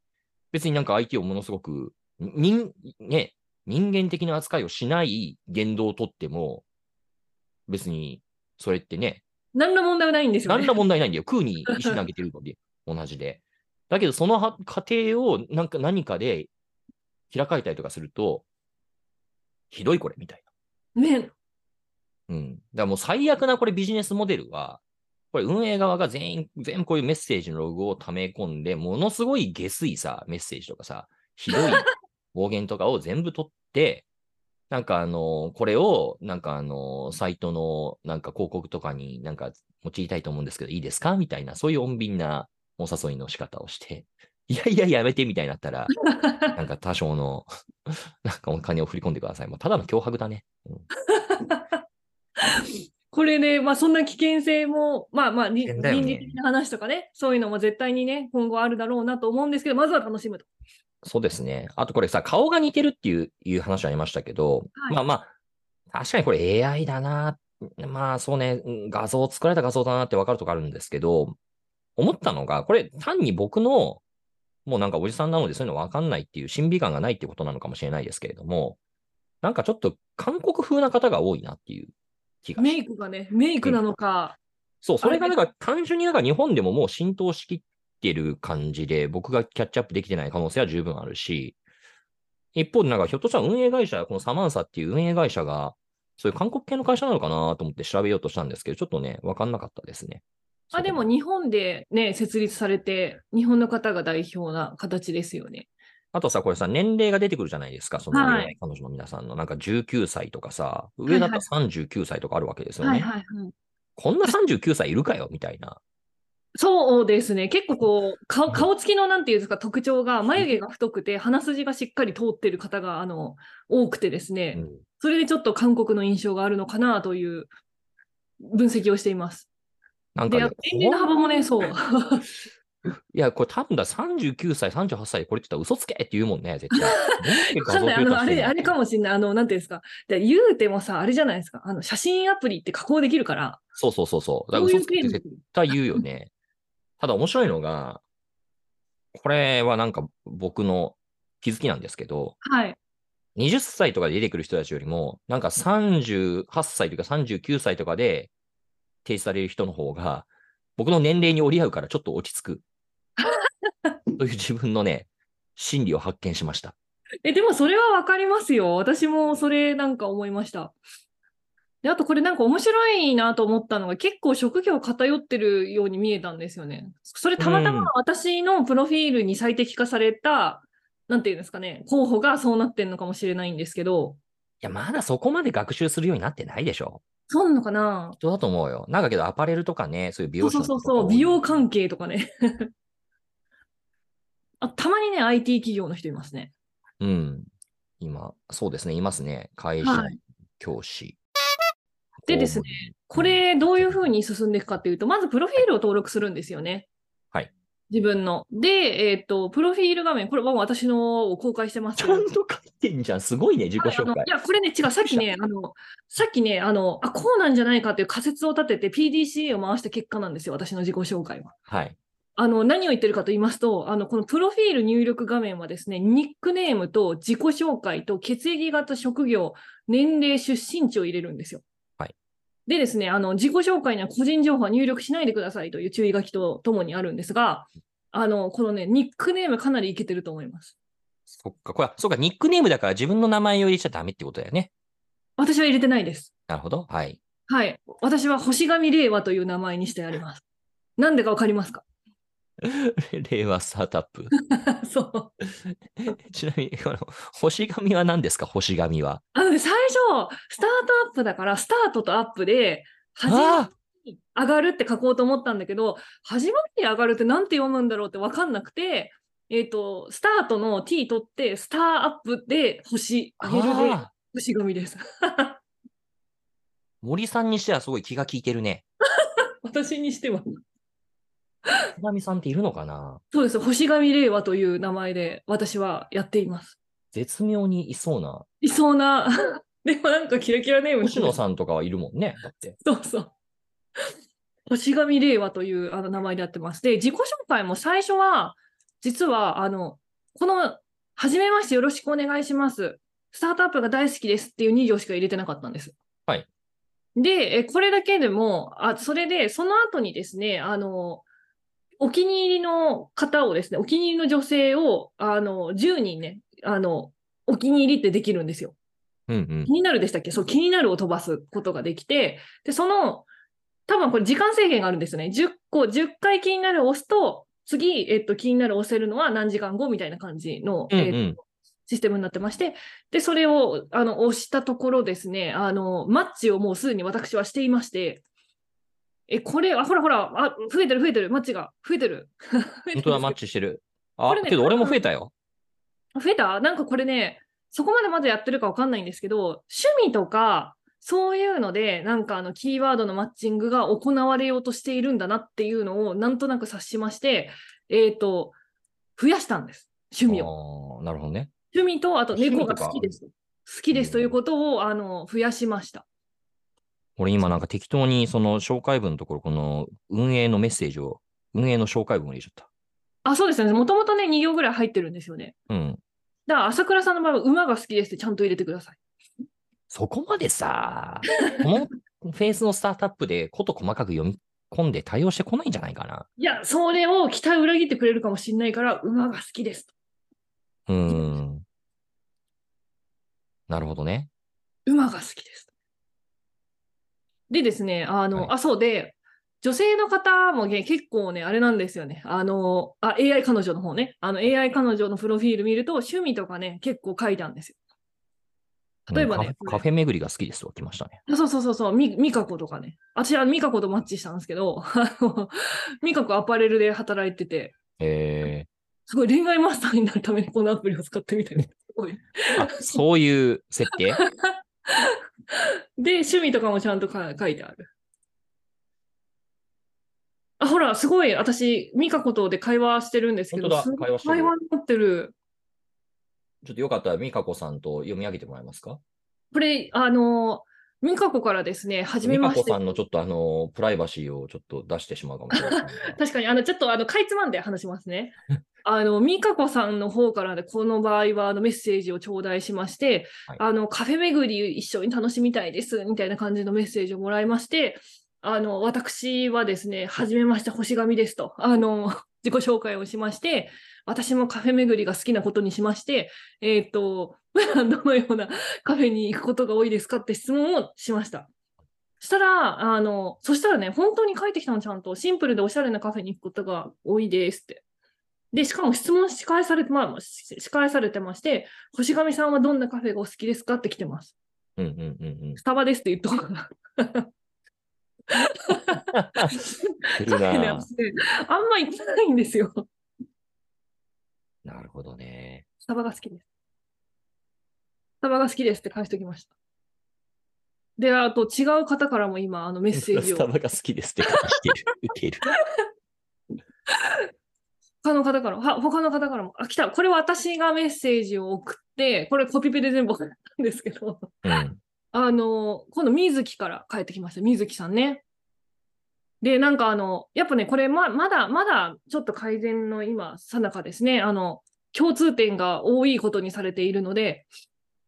Speaker 2: 別になんか相手をものすごく、人、ね、人間的な扱いをしない言動をとっても、別にそれってね、
Speaker 1: 何ら問題はないんですよ、ね。
Speaker 2: 何ら問題ないんだよ。空に石投げてるので、同じで。だけど、そのは過程をなんか何かで開かれたりとかすると、ひどいこれみたい
Speaker 1: ね、
Speaker 2: な。うん。だからもう最悪なこれビジネスモデルは、これ運営側が全員、全部こういうメッセージのログを溜め込んで、ものすごい下水さ、メッセージとかさ、ひどい暴言とかを全部取って、なんかあの、これを、なんかあの、サイトの、なんか広告とかになんか用いたいと思うんですけど、いいですかみたいな、そういう穏便なお誘いの仕方をして、いやいや、やめてみたいになったら、なんか多少の、なんかお金を振り込んでください。もうただの脅迫だね。
Speaker 1: これね、まあそんな危険性も、まあまあ、り
Speaker 2: 危険だよね
Speaker 1: 倫理的な話とかね、そういうのも絶対にね、今後あるだろうなと思うんですけど、まずは楽しむと。
Speaker 2: そうですね。あとこれさ、顔が似てるっていういう話ありましたけど、
Speaker 1: はい
Speaker 2: まあまあ、確かにこれ AI だな。まあそうね、うん画像、作られた画像だなって分かるとこあるんですけど、思ったのが、これ単に僕の、もうなんかおじさんなのでそういうの分かんないっていう、審美感がないってことなのかもしれないですけれども、なんかちょっと韓国風な方が多いなっていう気がし
Speaker 1: メイクがね、メイクなのか。
Speaker 2: そう、それが
Speaker 1: あ
Speaker 2: な
Speaker 1: れ
Speaker 2: んか単純になんか日本でももう浸透しきってる感じで、僕がキャッチアップできてない可能性は十分あるし、一方でなんかひょっとしたら運営会社、このサマンサっていう運営会社が、そういう韓国系の会社なのかなと思って調べようとしたんですけど、ちょっとね、わかんなかったですね。
Speaker 1: あでも
Speaker 2: そう
Speaker 1: 日本でね、設立されて、日本の方が代表な形ですよね。
Speaker 2: あとさ、これさ、年齢が出てくるじゃないですか、その
Speaker 1: はい
Speaker 2: 恋愛彼女の皆さんの、なんか19歳とかさ、上だったら39歳とかあるわけですよ
Speaker 1: はい
Speaker 2: ね。
Speaker 1: はいはい。
Speaker 2: こんな39歳いるかよ、みたいな。
Speaker 1: そうですね。結構こう、顔顔つきのなんていうんですか、特徴が、眉毛が太くて、鼻筋がしっかり通ってる方が、あの、多くてですね。
Speaker 2: うん
Speaker 1: それでちょっと韓国の印象があるのかなという分析をしています。
Speaker 2: なんか
Speaker 1: で、
Speaker 2: ね、
Speaker 1: あと年齢の幅もね、そう。
Speaker 2: いや、これ多分だ、39歳、38歳、これって言ったら嘘つけって言うもんね、絶対。
Speaker 1: わかんないあのあれ、あれか
Speaker 2: も。
Speaker 1: もしれない。あの、なんていうんですか。で言うてもさ、あれじゃないですか。あの、写真アプリって加工できるから、
Speaker 2: そうそうそうそう。だ
Speaker 1: そ
Speaker 2: から
Speaker 1: うい
Speaker 2: 嘘
Speaker 1: う
Speaker 2: つけっ
Speaker 1: 系
Speaker 2: て
Speaker 1: の
Speaker 2: 絶対言うよね。ただ面白いのが、これはなんか僕の気づきなんですけど、
Speaker 1: はい。
Speaker 2: 20歳とかで出てくる人たちよりも、なんか38歳とか39歳とかで提出される人の方が、僕の年齢に折り合うからちょっと落 ち着く。という自分のね、心理を発見しました。
Speaker 1: え、でもそれはわかりますよ。私もそれなんか思いました。で、あとこれなんか面白いなと思ったのが結構職業偏ってるように見えたんですよね。それたまた
Speaker 2: うん
Speaker 1: ま私のプロフィールに最適化された、なんていうんですかね、候補がそうなってんのかもしれないんですけど、
Speaker 2: いや、まだそこまで学習するようになってないでしょ。
Speaker 1: そうなのかな
Speaker 2: 人だと思うよ。なんかけど、アパレルとかね、そういう美
Speaker 1: そ
Speaker 2: 容
Speaker 1: う
Speaker 2: 師
Speaker 1: そ
Speaker 2: の
Speaker 1: う
Speaker 2: 人
Speaker 1: そう
Speaker 2: とか
Speaker 1: そう、
Speaker 2: 多い
Speaker 1: 美容関係とかね。 あ、たまにね、IT 企業の人いますね。
Speaker 2: うん。今、そうですね、いますね。会社、
Speaker 1: はい。
Speaker 2: 教師。
Speaker 1: でですね
Speaker 2: ね、
Speaker 1: これ、どういうふうに進んでいくかっていうと、まずプロフィールを登録するんですよね。
Speaker 2: はい。
Speaker 1: 自分の。で、えっ、と、プロフィール画面、これはもう私のを公開してます
Speaker 2: ち
Speaker 1: け
Speaker 2: ゃ
Speaker 1: ど。
Speaker 2: んと書いてんじゃん。すごいね、自己
Speaker 1: はいあ
Speaker 2: 紹
Speaker 1: の
Speaker 2: 介
Speaker 1: い。や、これね、違う、さっきね、あの、さっきね、あの、あ、こうなんじゃないかという仮説を立てて PDCA を回した結果なんですよ、私の自己紹介は。
Speaker 2: はい。
Speaker 1: あの、何を言ってるかと言いますと、あの、このプロフィール入力画面はですね、ニックネームと自己紹介と血液型、職業、年齢、出身地を入れるんですよ。
Speaker 2: はい。
Speaker 1: でですね、あの、自己紹介には個人情報は入力しないでくださいという注意書きとともにあるんですが、あの、このね、ニックネームかなりいけてると思います。
Speaker 2: そっか、これは、そうか、ニックネームだから自分の名前を入れちゃダメってことだよね。
Speaker 1: 私は入れてないです。
Speaker 2: なるほど。はい。
Speaker 1: はい。私は星神令和という名前にしてあります。なんでかわかりますか
Speaker 2: 令和スタートアップ。
Speaker 1: そう。
Speaker 2: ちなみに、この、星紙は何ですか星紙は。
Speaker 1: あのね、最初、スタートアップだから、スタートとアップで、始ま
Speaker 2: あ
Speaker 1: りに上がるって書こうと思ったんだけど、始まりに上がるってなんて読むんだろうって分かんなくて、えっ、と、スタートの t 取って、スターアップで星上げるで、
Speaker 2: あー
Speaker 1: 星組です。
Speaker 2: 森さんにしてはすごい気が利いてるね。
Speaker 1: 私にしては。
Speaker 2: 星紙さんっているのかな
Speaker 1: そうです。星神令和という名前で私はやっています。
Speaker 2: 絶妙にいそうな。
Speaker 1: いそうな、 でもなんかキラキラネーム
Speaker 2: 星野さんとかはいるもんね。だって。
Speaker 1: そうそう。星神令和というあの名前でやってます。で、自己紹介も最初は、実は、あの、この、はじめましてよろしくお願いします。スタートアップが大好きですっていう2行しか入れてなかったんです。
Speaker 2: はい。
Speaker 1: で、えこれだけでも、あ、それで、その後にですね、あの、お気に入りの方をですね、お気に入りの女性を、あの、10人ね、あの、お気に入りってできるんですよ。
Speaker 2: うんうん
Speaker 1: 気。になるでしたっけそう、気になるを飛ばすことができて、で、その、多分これ時間制限があるんですよね。10個、10回気になるを押すと、次、えっと、気になるを押せるのは何時間後みたいな感じの、
Speaker 2: うんう
Speaker 1: えっと
Speaker 2: ん。
Speaker 1: システムになってまして、で、それを、あの、押したところですね、あの、マッチをもうすでに私はしていまして、え、これ、あ、ほらほら、あ、増えてる増えてる、マッチが、増えてる。 増えてる
Speaker 2: 本当だ、マッチしてる。あ
Speaker 1: これ、ね
Speaker 2: けど俺も増えたよ。
Speaker 1: 増えたなんかこれね、そこまでまだやってるかわかんないんですけど、趣味とか、そういうので、なんかあの、キーワードのマッチングが行われようとしているんだなっていうのを、なんとなく察しまして、えっ、と、増やしたんです。趣味を。
Speaker 2: あーなるほどね。
Speaker 1: 趣味と、あと
Speaker 2: 趣味
Speaker 1: 猫
Speaker 2: とか
Speaker 1: が好きです。好きですということを、あの、増やしました。
Speaker 2: 俺今なんか適当にその紹介文のところ、この運営のメッセージを、運営の紹介文を入れちゃっ
Speaker 1: あ、そうですね。もともとね、2行ぐらい入ってるんですよね。
Speaker 2: た。うん。
Speaker 1: だから、朝倉さんの場合は、馬が好きですってちゃんと入れてください。
Speaker 2: そこま でさ、このフェースのスタートアップでこと細かく読み込んで対応してこないんじゃないかな。
Speaker 1: いや、それを期待を裏切ってくれるかもしれないから、馬が好きです。
Speaker 2: うーん。なるほどね。
Speaker 1: 馬が好きです。でですね、あの、
Speaker 2: はい
Speaker 1: あ、そうで、女性の方もね結構ね、あれなんですよね。あの、あ、AI 彼女の方ね。あの、AI 彼女のプロフィール見ると、趣味とかね、結構書いたんですよ。例えばね
Speaker 2: うんカフェカフェ巡りが好きですとか来ましたね。
Speaker 1: あそうそうそうそう、み、ミカコとかね。私はミカコとマッチしたんですけど、あのミカコアパレルで働いてて、
Speaker 2: え
Speaker 1: すごい恋愛マスターになるためにこのアプリを使ってみたいな。すごい。
Speaker 2: ー、あそういう設定
Speaker 1: で、趣味とかもちゃんとか書いてある。あ、ほら、すごい、私、ミカコとで会話してるんですけど、
Speaker 2: 本当だ
Speaker 1: すごい
Speaker 2: 会話してる
Speaker 1: 会話になってる。
Speaker 2: ちょっとよかったら、美香子さんと読み上げてもらえますか
Speaker 1: これ、あの、ミカコからですね、はじめ
Speaker 2: 美香
Speaker 1: ま
Speaker 2: 子
Speaker 1: して
Speaker 2: さ。んのちょっとあの、プライバシーをちょっと出してしまうかもしれない。
Speaker 1: 確かに、あの、ちょっと、あの、かいつまんで話します ね。あの、ミカコさんの方からで、この場合は、あの、メッセージを頂戴しまして、
Speaker 2: はい
Speaker 1: あの、カフェ巡り一緒に楽しみたいです、みたいな感じのメッセージをもらいまして、あの、私はですね、はじめまして、星神ですと、あの、 自己紹介をしまして、私もカフェ巡りが好きなことにしまして、えっ、と、 普段どのようなカフェに行くことが多いですかって質問をしました。したら、あの、そしたらね、本当に書いてきたの、ちゃんと。シンプルでおしゃれなカフェに行くことが多いですって。で、しかも質問し返されて、まあ、しし返されてまして、星神さんはどんなカフェがお好きですかって来てます。
Speaker 2: うんうんうん うん。
Speaker 1: スタバですって言っとくから。カフ ェね、
Speaker 2: いるな
Speaker 1: 私ねあんま行ってないんですよ。
Speaker 2: なるほどね。
Speaker 1: スタバが好きです。スタバが好きですって返しておきました。で、あと違う方からも今、あのメッセージ
Speaker 2: スタ
Speaker 1: を、
Speaker 2: バが好きですって感じてる。受ける。
Speaker 1: 他の方からも、は他の方からも、あ、来た、これ私がメッセージを送って、これコピペで全部送ったんですけど、
Speaker 2: うん。
Speaker 1: あの、今度、水木から帰ってきました。水木さんね。で、なんかあの、やっぱね、これま、まだ、まだ、ちょっと改善の今、さなかですね。あの、共通点が多いことにされているので、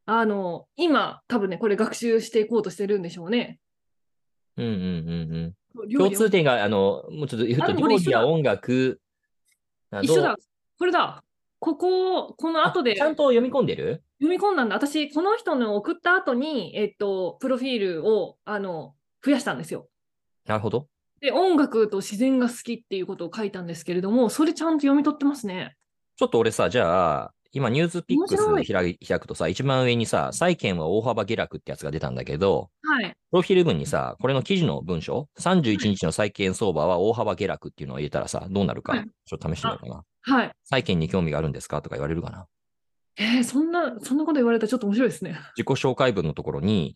Speaker 1: あの、今、多分ね、これ学習していこうとしてるんでしょうね。
Speaker 2: うんうんうんうん。
Speaker 1: 料
Speaker 2: 共
Speaker 1: 理を
Speaker 2: 通点が、あの、もうちょっと言う
Speaker 1: あ
Speaker 2: と、
Speaker 1: でもこれ
Speaker 2: 料理
Speaker 1: 一緒だ
Speaker 2: や音楽など
Speaker 1: 一緒だ。これだ。ここを、この後で
Speaker 2: あちゃん
Speaker 1: 読
Speaker 2: と読み込んでる
Speaker 1: み込んだんだ。私、この人の送った後に、えっと、プロフィールを、あの、増やしたんですよ。
Speaker 2: なるほど。
Speaker 1: で、音楽と自然が好きっていうことを書いたんですけれども、それちゃんと読み取ってますね。
Speaker 2: ちょっと俺さ、じゃあ、今、ニュースピックス
Speaker 1: 面
Speaker 2: 開い開くとさ、一番上にさ、債券は大幅下落ってやつが出たんだけど、
Speaker 1: はい。
Speaker 2: プロフィール文にさ、これの記事の文章、31日の債券相場は大幅下落っていうのを入れたらさ、どうなるか、
Speaker 1: はい
Speaker 2: ちょっと試してみようかな。
Speaker 1: はい。
Speaker 2: 債券に興味があるんですかとか言われるかな。
Speaker 1: えーそんな、そんなこと言われたらちょっと面白いですね。
Speaker 2: 自己紹介文のところに、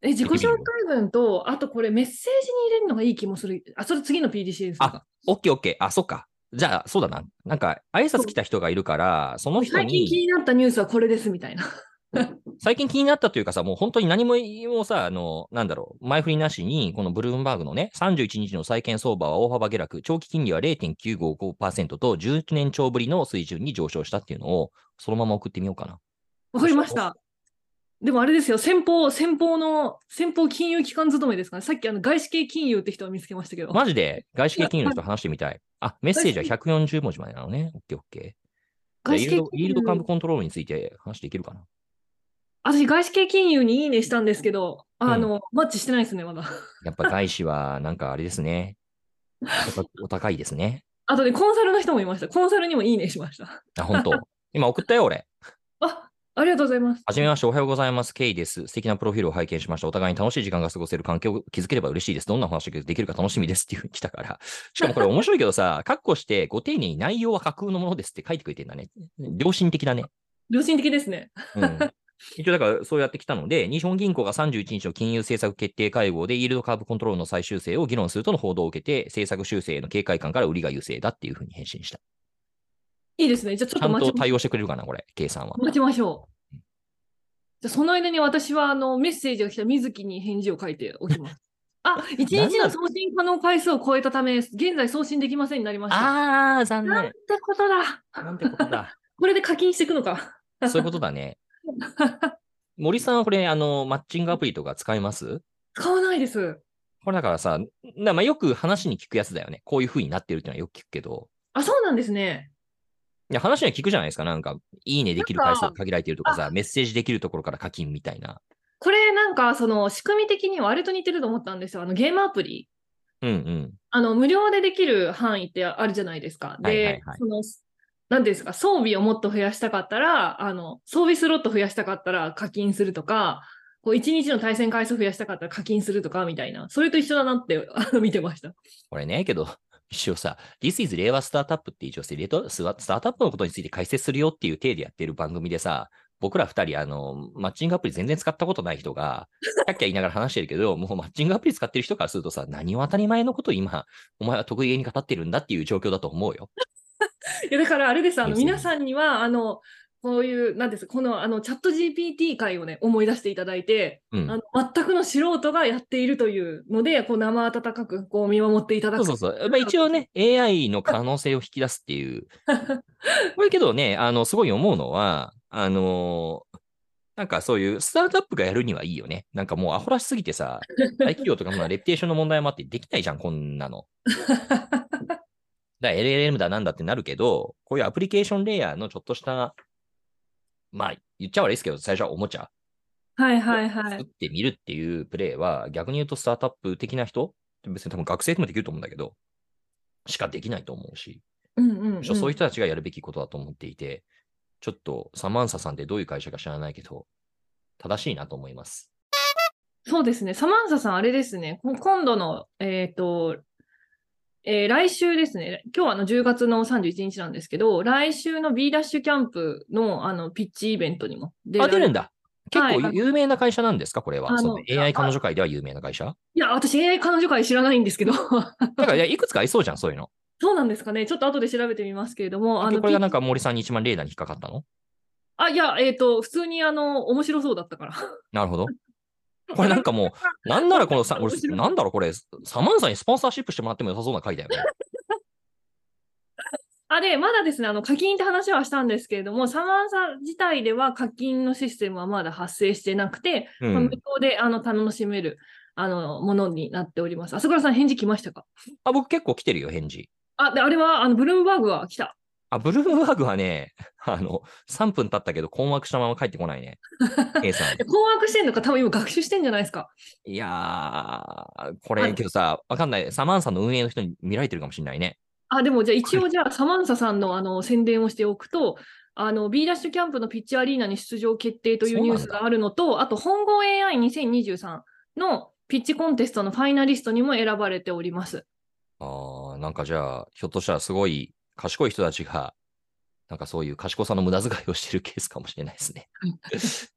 Speaker 1: え、自己紹介文と、あとこれメッセージに入れるのがいい気もする。あ、それ次の PDC ですか。
Speaker 2: オッケーオッケー、あ、そっか。じゃあ、そうだな。なんか、挨拶来た人がいるから、その人
Speaker 1: 最近気
Speaker 2: に、
Speaker 1: になったニュースはこれですみたいな。
Speaker 2: 最近気になったというかさ、もう本当に何も、もうさ、あの、なんだろう、前振りなしに、このブルームバーグのね、31日の債券相場は大幅下落、長期金利は0.955%と10年超ぶりの水準に上昇したっていうのを、そのまま送ってみようかな。
Speaker 1: わかりました。でもあれですよ、先方、先方の、先方金融機関勤めですかね。さっきあの外資系金融って人を見つけましたけど。
Speaker 2: マジで、外資系金融の人と話してみたい。あ、メッセージは140文字までなのね。オッケーオッケー。
Speaker 1: 外
Speaker 2: じ
Speaker 1: 資
Speaker 2: ゃ
Speaker 1: 系
Speaker 2: あイー
Speaker 1: 金
Speaker 2: ルドイールドカーブ
Speaker 1: 融。
Speaker 2: コントロールについて話していけるかな。
Speaker 1: 私、外資系金融にいいねしたんですけど、あの、マッチしてないですね、まだ。
Speaker 2: やっぱ外資は、なんかあれですね。お高お高いですね。
Speaker 1: あとね、コンサルの人もいました。コンサルにもいいねしました。
Speaker 2: あ、本当。今送ったよ、俺。
Speaker 1: あ、ありがとうございます。
Speaker 2: はじめまして、おはようございます。ケイです。素敵なプロフィールを拝見しました。お互いに楽しい時間が過ごせる環境を築ければ嬉しいです。どんなお話ができるか楽しみですっていうふうに来たから。しかもこれ面白いけどさ、カッコして、ご丁寧に内容は架空のものですって書いてくれてんだね。良心的だね。
Speaker 1: 良心的ですね。
Speaker 2: うん一応だからそうやってきた ので、日本銀行が31日の金融政策決定会合で、イールドカーブコントロールの再修正を議論するとの報道を受けて、政策修正への警戒感から売りが優勢だっていうふうに返信した。
Speaker 1: いいですね。じゃあちょっ
Speaker 2: ち
Speaker 1: と
Speaker 2: ゃん
Speaker 1: 待
Speaker 2: と
Speaker 1: ちま
Speaker 2: 対応してくれるかな、これ、計算は。
Speaker 1: 待ちましょう。じゃあその間に私はあのメッセージが来た水木に返事を書いてお きます。あ、1
Speaker 2: なん
Speaker 1: 日
Speaker 2: な
Speaker 1: の
Speaker 2: ん
Speaker 1: 送信可能回数を超えたため、現在送信できませんになりました。
Speaker 2: あー、残
Speaker 1: なん
Speaker 2: 念
Speaker 1: て。ことだ。
Speaker 2: なんてことだ。
Speaker 1: これで課金していくのか。
Speaker 2: そういうことだ ね。森さんはこれ、あの、マッチングアプリとか使います
Speaker 1: 使わないです。
Speaker 2: これだからさ、なまあ、よく話に聞くやつだよね。こういう風になってるっていうのはよく聞くけど、
Speaker 1: あ、そうなんですね。
Speaker 2: いや話には聞くじゃないですか。なんか、いいねできる回数
Speaker 1: なんか
Speaker 2: が限られてるとかさ、メッセージできるところから課金みたいな。
Speaker 1: これなんかその仕組み的にはあれと似てると思ったんですよ。あのゲームアプリ。
Speaker 2: うんうん。
Speaker 1: あの無料でできる範囲ってあるじゃないですか。
Speaker 2: はいはい
Speaker 1: で、
Speaker 2: はい
Speaker 1: その、なんていうんですか、装備をもっと増やしたかったら、あの装備スロット増やしたかったら課金するとか、こう1日の対戦回数増やしたかったら課金するとかみたいな、それと一緒だなってあの見てました。
Speaker 2: これね、けど、 一応さ、This is 令和スタートアップって一応スレートスワスタートアップのことについて解説するよっていう体でやってる番組でさ、僕ら二人、あの、マッチングアプリ全然使ったことない人が、キャッキャ言いながら話してるけど、もうマッチングアプリ使ってる人からするとさ、何を当たり前のことを今、お前は得意げに語ってるんだっていう状況だと思うよ。
Speaker 1: いやだからあれです、あの
Speaker 2: そうですね
Speaker 1: 皆さんには、あのこういう、なんですか、このあのチャット GPT 会をね、思い出していただいて、
Speaker 2: うん。
Speaker 1: あの全くの素人がやっているというので、こう生温かくこう見守っていただ
Speaker 2: そ
Speaker 1: く。
Speaker 2: うそうそう。まあ、一応ね、AI の可能性を引き出すっ ていう。これけどね、あの、すごい思うのは、あのなんかそういうスタートアップがやるにはいいよね。なんかもうアホらしすぎてさ、大企業とか もレピュテーションの問題もあってできないじゃん、こんなの。だから LLM だなんだってなるけど、こういうアプリケーションレイヤーのちょっとした、まあ言っちゃ悪いですけど、最初はおもちゃ
Speaker 1: はいはいは
Speaker 2: 作っ
Speaker 1: い。
Speaker 2: てみるっていうプレイは、逆に言うとスタートアップ的な人、別に多分学生でもできると思うんだけど、しかできないと思うし、
Speaker 1: うんうん、うん。
Speaker 2: むしろそういう人たちがやるべきことだと思っていて、ちょっとサマンサさんってどういう会社か知らないけど、正しいなと思います。
Speaker 1: そうですね。サマンサさん、あれですね。こ今度の、えっ、と、えー来週ですね。今日はあの10月の31日なんですけど、来週の B ダッシュキャンプのあのピッチイベントにも出ら
Speaker 2: あ、
Speaker 1: れる
Speaker 2: 出るんだ。結
Speaker 1: はい
Speaker 2: 構有名な会社なんですか、これ
Speaker 1: あ
Speaker 2: は。
Speaker 1: の
Speaker 2: その AI 彼女会では有名な会社
Speaker 1: いや、私、AI 彼女会知らないんですけど、 そ
Speaker 2: だからいやいくつかありそうじゃん、そういうの。
Speaker 1: うなんですかね。ちょっと後で調べてみますけれども、あ
Speaker 2: で
Speaker 1: の
Speaker 2: これがなんか森さんに一番レーダーに引っかかったの
Speaker 1: あ、いや、えっ、と、普通にあの、面白そうだったから。
Speaker 2: な るほど。これなんかもう、なんならこのさ、
Speaker 1: 面
Speaker 2: 俺
Speaker 1: 白、い
Speaker 2: なんだろうこれ、サマンサにスポンサーシップしてもらっても良さそうな回だよね。
Speaker 1: あ、で、まだですね、あの、課金って話はしたんですけれども、サマンサ自体では課金のシステムはまだ発生してなくて、
Speaker 2: う
Speaker 1: まあ
Speaker 2: ん
Speaker 1: 無料であの楽しめるあのものになっております。朝倉さん、返事来ましたか
Speaker 2: あ、僕結構来てるよ、返事。
Speaker 1: あ、で、あれは、あの、ブルームバーグは来た。
Speaker 2: あ、ブルームバーグはね、 あの、3分経ったけど困惑したまま帰ってこない ね。A さん。
Speaker 1: 困惑してんのか、多分今学習してんじゃないですか。
Speaker 2: いやー、こ
Speaker 1: あ
Speaker 2: れ
Speaker 1: の
Speaker 2: けどさ、わかんない。サマンサの運営の人に見られてるかもしれないね。
Speaker 1: あ、でもじゃあ一応じゃあサマンサさんのあの宣伝をしておくと、あの B ダッシュキャンプのピッチアリーナに出場決定という
Speaker 2: そう
Speaker 1: ニ
Speaker 2: な
Speaker 1: ュ
Speaker 2: ん
Speaker 1: ー
Speaker 2: だ
Speaker 1: スがあるのと、あと本郷 AI2023 のピッチコンテストのファイナリストにも選ばれております。
Speaker 2: あーなんかじゃあ、ひょっとしたらすごい賢い人たちが、なんかそういう賢さの無駄遣いをしてるケースかもしれないです ね。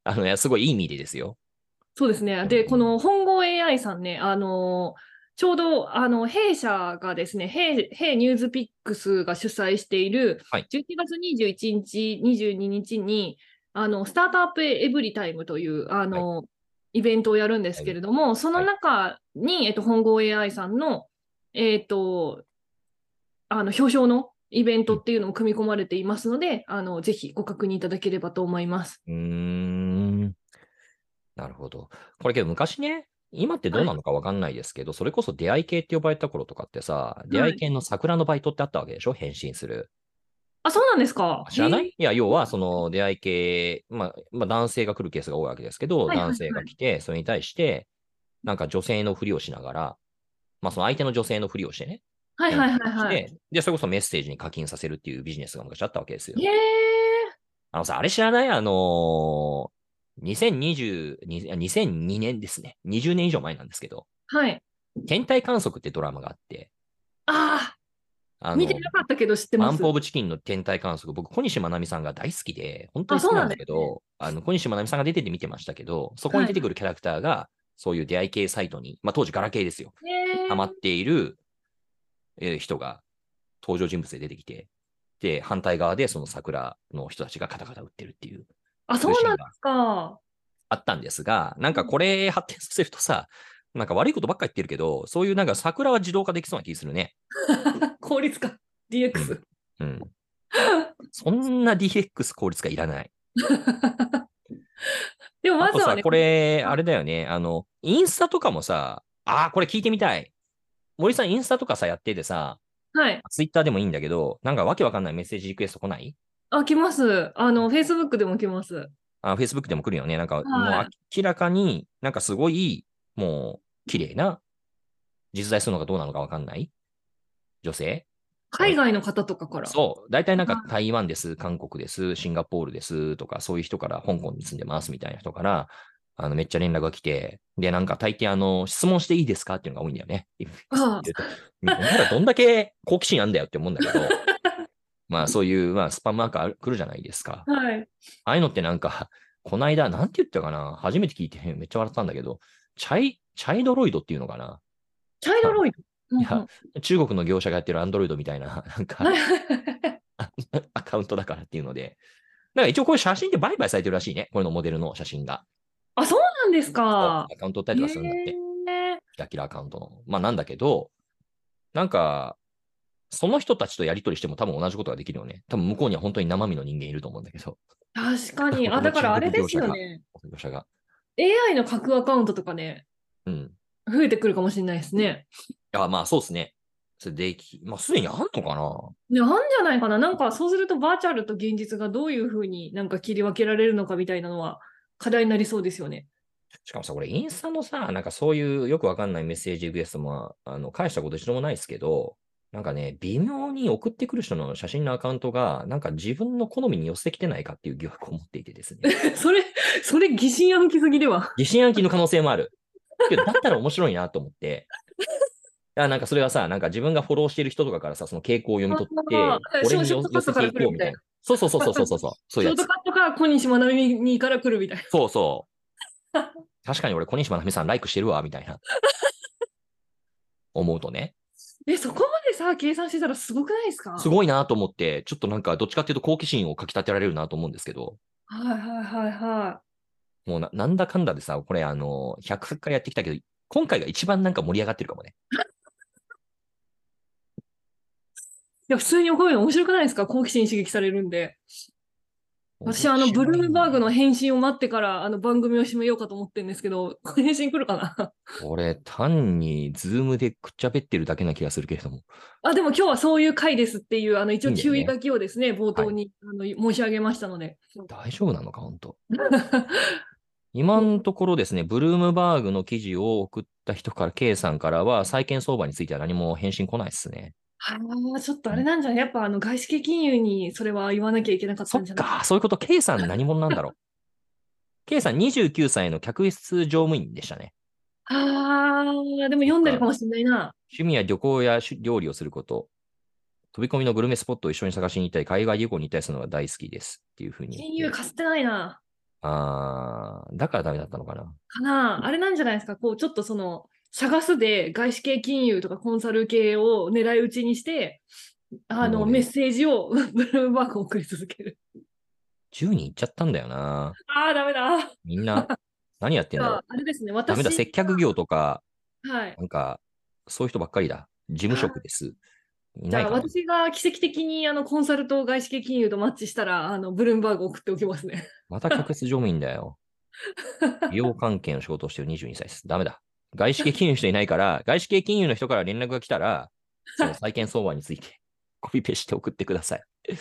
Speaker 2: あの、いや、すごいいい意味でですよ。
Speaker 1: そうですね。で、この本郷 AI さんね、あのちょうどあの弊社がですね、弊弊ニュースピックスが主催している、
Speaker 2: はい
Speaker 1: 11月21日、22日に、あのスタートアップエブリタイムというあの、イベントをやるんですけれども、その中に、えっと、本郷 AI さんの、えっと、あの表彰のイベントっていうのも組み込まれていますので、あのぜひご確認いただければと思います。
Speaker 2: うーん。なるほど。これけど昔ね、今ってどうなのかわかんないですけど、それこそ出会い系って呼ばれた頃とかってさ、出会い系の桜のバイトってあったわけでしょ変身する。
Speaker 1: あ、そうなんですか。
Speaker 2: 知らな
Speaker 1: へえ
Speaker 2: いいや、要は、その出会い系、まあ、まあ、男性が来るケースが多いわけですけど、
Speaker 1: いはいはい
Speaker 2: 男性が来て、それに対して、なんか女性のふりをしながら、まあ、その相手の女性のふりをしてね、
Speaker 1: はいはいはいはい。
Speaker 2: してで、それこそメッセージに課金させるっていうビジネスが昔あったわけですよ。
Speaker 1: へえ
Speaker 2: あのさ、あれ知らないあのー、2020、あ2002年ですね。20年以上前なんですけど、
Speaker 1: はい。
Speaker 2: 天体観測ってドラマがあって、
Speaker 1: あ
Speaker 2: あ
Speaker 1: あ、
Speaker 2: の
Speaker 1: 見てなかったけど知って
Speaker 2: ア
Speaker 1: ま
Speaker 2: ン
Speaker 1: す
Speaker 2: プ。オブチキンの天体観測、僕、小西まなみさんが大好きで、本当
Speaker 1: あ
Speaker 2: に好
Speaker 1: そう
Speaker 2: き
Speaker 1: な
Speaker 2: なんん
Speaker 1: で
Speaker 2: だ
Speaker 1: す
Speaker 2: け
Speaker 1: ね
Speaker 2: ど、あの小西まなみさんが出てて見てましたけど、そこに出てくるキャラクターが、そういう出会い系サイトに、まあ当時ガラケーですよ、
Speaker 1: へえ
Speaker 2: ハマっている、えー人が登場人物で出てきて、で、反対側でその桜の人たちがカタカタ打ってるっていう、
Speaker 1: あ、そうなんですか。
Speaker 2: あったんですが、なんかこれ発展させるとさ、なんか悪いことばっか言ってるけど、そういうなんか桜は自動化できそうな気するね。
Speaker 1: 効率化。DX。
Speaker 2: うん。そんな DX 効率がいらない。
Speaker 1: でもま
Speaker 2: あ
Speaker 1: ず
Speaker 2: と
Speaker 1: は
Speaker 2: さ、
Speaker 1: ね、
Speaker 2: これ、あれだよね。あの、インスタとかもさ、あーこれ聞いてみたい。森さん、インスタとかさ、やっててさ、
Speaker 1: はい。
Speaker 2: ツイッターでもいいんだけど、なんかわけわかんないメッセージリクエスト来ない
Speaker 1: あ、来ます。あの、Facebook でも来ます。
Speaker 2: あ、Facebook でも来るよね。なんか、もう
Speaker 1: はい
Speaker 2: 明らかになんかすごい、もう、綺麗な、実在するのかどうなのかわかんない女性
Speaker 1: 海外の方とかから。
Speaker 2: そう。大体なんか台湾です、韓国です、シンガポールですとか、そういう人から香港に住んでますみたいな人から、あのめっちゃ連絡が来て、で、なんか大抵あの、質問していいですかっていうのが多いんだよね。
Speaker 1: あ
Speaker 2: お前らどんだけ好奇心あんだよって思うんだけど、まあそういう、まあスパムマーカー来るじゃないですか。
Speaker 1: はい。
Speaker 2: ああいうのってなんか、こないだ、なんて言ったかな初めて聞いてめっちゃ笑ったんだけど、チャイ、チャイドロイドっていうのかな
Speaker 1: チャイドロイド。
Speaker 2: いや中国の業者がやってるアンドロイドみたいな、なんか
Speaker 1: うんうん、はい
Speaker 2: アカウントだからっていうので。だから一応これ写真で売買されてるらしいね。これのモデルの写真が。
Speaker 1: あ、そうなんですか
Speaker 2: ア。カウント取ったりとかするんだって。
Speaker 1: へえ
Speaker 2: キラキラアカウントの。まあなんだけど、なんか、その人たちとやり取りしても多分同じことができるよね。多分向こうには本当に生身の人間いると思うんだけど。
Speaker 1: 確かに。
Speaker 2: こ
Speaker 1: あ、
Speaker 2: の
Speaker 1: だからあれですよ
Speaker 2: 中
Speaker 1: ね。
Speaker 2: 業者が。
Speaker 1: AI の架空アカウントとかね、
Speaker 2: うん。
Speaker 1: 増えてくるかもしれないですね。
Speaker 2: あ、まあそうですね。それでき、まあすでにあんのかな
Speaker 1: ね、あんじゃないかな。なんかそうするとバーチャルと現実がどういうふうになんか切り分けられるのかみたいなのは課題になりそうですよね。
Speaker 2: しかもさ、これインスタのさ、なんかそういうよくわかんないメッセージリクエストも、あの、返したこと一度もないですけど、なんかね、微妙に送ってくる人の写真のアカウントが、なんか自分の好みに寄せてきてないかっていう疑惑を持っていてですね。
Speaker 1: それ、それ疑心暗鬼すぎでは。
Speaker 2: 疑心暗鬼の可能性もある。けど、だったら面白いなと思って。あなんかそれはさ、なんか自分がフォローしてる人とかからさ、その傾向を読み取
Speaker 1: あ
Speaker 2: って、
Speaker 1: ー
Speaker 2: これに
Speaker 1: ショートカ
Speaker 2: 寄寄
Speaker 1: ットか
Speaker 2: せて
Speaker 1: ら
Speaker 2: い
Speaker 1: 来る
Speaker 2: こ
Speaker 1: み
Speaker 2: うみ
Speaker 1: たい
Speaker 2: たい
Speaker 1: な
Speaker 2: な。そうそうそうそうそうそう。そう
Speaker 1: シ
Speaker 2: いう
Speaker 1: ョ
Speaker 2: や
Speaker 1: ート
Speaker 2: つ。
Speaker 1: カットか小西学びにから来るみたいな。
Speaker 2: そ うそう。確かに俺、小西真奈美さんライクしてるわ、みたいな。思うとね、
Speaker 1: え、そこまでさ、計算してたらすごくないですか
Speaker 2: すごいなと思って、ちょっとなんかどっちかっていうと好奇心をかき立てられるなと思うんですけど、
Speaker 1: はいはいはいは
Speaker 2: もうななんだかんだでさ、これあの、100回やってきたけど、今回が一番なんか盛り上がってるかもね。
Speaker 1: い。いや、普通にこういうの面白くないですか好奇心刺激されるんで。私はあの、ブルームバーグの返信を待ってから、あの、番組を締めようかと思ってるんですけど、返信来るかな
Speaker 2: これ、単に、ズームでくっちゃべってるだけな気がするけれども。
Speaker 1: あ、でも今日はそういう回ですっていう、あの、一応
Speaker 2: いいんだよ
Speaker 1: 注
Speaker 2: ね
Speaker 1: 意書きをですね、冒頭に、あの申し上げましたので。
Speaker 2: 大丈夫なのか、本当今のところですね、ブルームバーグの記事を送った人から、K さんからは、債券相場については何も返信来ないですね。
Speaker 1: はあ、ちょっとあれなんじゃないやっぱあの、外資系金融にそれは言わなきゃいけなかった
Speaker 2: そっ
Speaker 1: んじゃない
Speaker 2: か、そういうこと、K さん何者なんだろう。K さん29歳の客室乗務員でしたね。
Speaker 1: ああ、でも読んでるかもしれないな。
Speaker 2: 趣味は旅行やし料理をすること。飛び込みのグルメスポットを一緒に探しに行ったり、海外旅行に行ったりするのが大好きです。っていうふうに言って。
Speaker 1: 金融かすってないな。
Speaker 2: あー、だからダメだったのかな。
Speaker 1: かなあれなんじゃないですかこう、ちょっとその、探すで外資系金融とかコンサル系を狙い撃ちにして、あ
Speaker 2: も
Speaker 1: の、
Speaker 2: うね
Speaker 1: メッセージをブルームバーグを送り続ける。
Speaker 2: 10人行っちゃったんだよな。
Speaker 1: ああ、ダメだ。
Speaker 2: み んな、何やってんだろう
Speaker 1: あ。あれですね、
Speaker 2: ダ
Speaker 1: 私、
Speaker 2: メだ、接客業とか、
Speaker 1: はい。
Speaker 2: なんか、そういう人ばっかりだ。事務職です。い
Speaker 1: じ
Speaker 2: ない
Speaker 1: ゃあ、
Speaker 2: かな。
Speaker 1: 私が奇跡的にあのコンサルと外資系金融とマッチしたら、あの、ブルームバーグを送っておきます ね。
Speaker 2: また客室乗務員だ よ。美容関係の仕事をしてる22歳です。ダメだ。外資系金融の人いないから、外資系金融の人から連絡が来たら、その債券相場についてコピペして送ってください。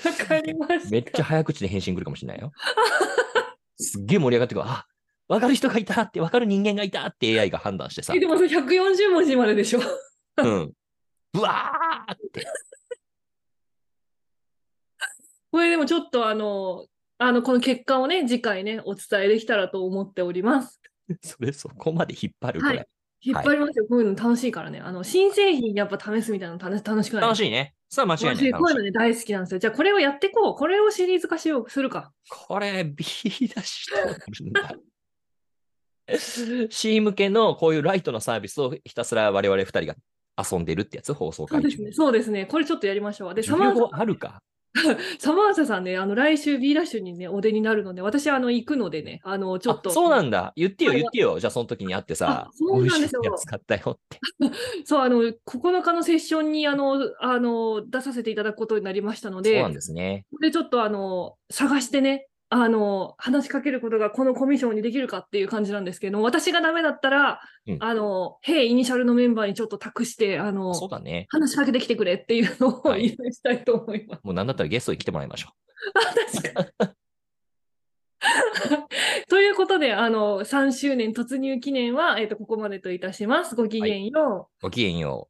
Speaker 1: わかりました。
Speaker 2: めっちゃ早口で返信来るかもしれ ないよ。すっげえ盛り上がってくる。あ、わかる人がいたって、わかる人間がいたって AI が判断してさ
Speaker 1: え。でもそれ140文字まででしょ。
Speaker 2: うん。うわーって。
Speaker 1: これでもちょっとあの、あの、この結果をね、次回ね、お伝えできたらと思っております。
Speaker 2: それそこまで引っ張る、こ
Speaker 1: はい
Speaker 2: れ。
Speaker 1: 引っ張りますよ、こういうの楽しいからね。あの、新製品やっぱ試すみたいなの楽楽しくない
Speaker 2: 楽
Speaker 1: い。
Speaker 2: しいね。さあ、間違いない。
Speaker 1: 私こ
Speaker 2: 楽
Speaker 1: うい
Speaker 2: しいう
Speaker 1: のね、大好きなんですよ。じゃあ、これをやってこう。これをシリーズ化しよう、するか。
Speaker 2: これ、ビーダしとかもしれない C 向けのこういうライトのサービスをひたすら我々二人が遊んでるってやつ、放
Speaker 1: そ
Speaker 2: 送
Speaker 1: う
Speaker 2: 会
Speaker 1: で
Speaker 2: 中
Speaker 1: す。ね。そうですね。これちょっとやりましょう。で、サ
Speaker 2: 授
Speaker 1: マ
Speaker 2: 業
Speaker 1: ンサ、
Speaker 2: あるか
Speaker 1: サマンサさんね、あの、来週 B ラッシュにね、お出になるので、私、あの、行くのでね、あの、ちょっと。
Speaker 2: あそうなんだ。言ってよ、
Speaker 1: これ
Speaker 2: 言っ
Speaker 1: は
Speaker 2: てよ。じゃあ、その時に会ってさ
Speaker 1: あ、そうなん
Speaker 2: い
Speaker 1: で
Speaker 2: い
Speaker 1: すよ
Speaker 2: やつ買ったよって。
Speaker 1: そう、あの、9日のセッションに、あの、あの、出させていただくことになりましたの
Speaker 2: そう
Speaker 1: で、
Speaker 2: なんですね。
Speaker 1: これちょっとあの、探してね、あの、話しかけることがこのコミッションにできるかっていう感じなんですけど、私がダメだったら、
Speaker 2: うん
Speaker 1: あの、ヘイイニシャルのメンバーにちょっと託して、あの、
Speaker 2: そうだね。
Speaker 1: 話しかけてきてくれっていうのをお
Speaker 2: は
Speaker 1: 願い
Speaker 2: い
Speaker 1: したいと思います。
Speaker 2: もうなんだったらゲストに来てもらいましょ
Speaker 1: ということで、あの、3周年突入記念は、えっ、と、ここまでといたします。ごきげんよう。
Speaker 2: う。ごきげんよう。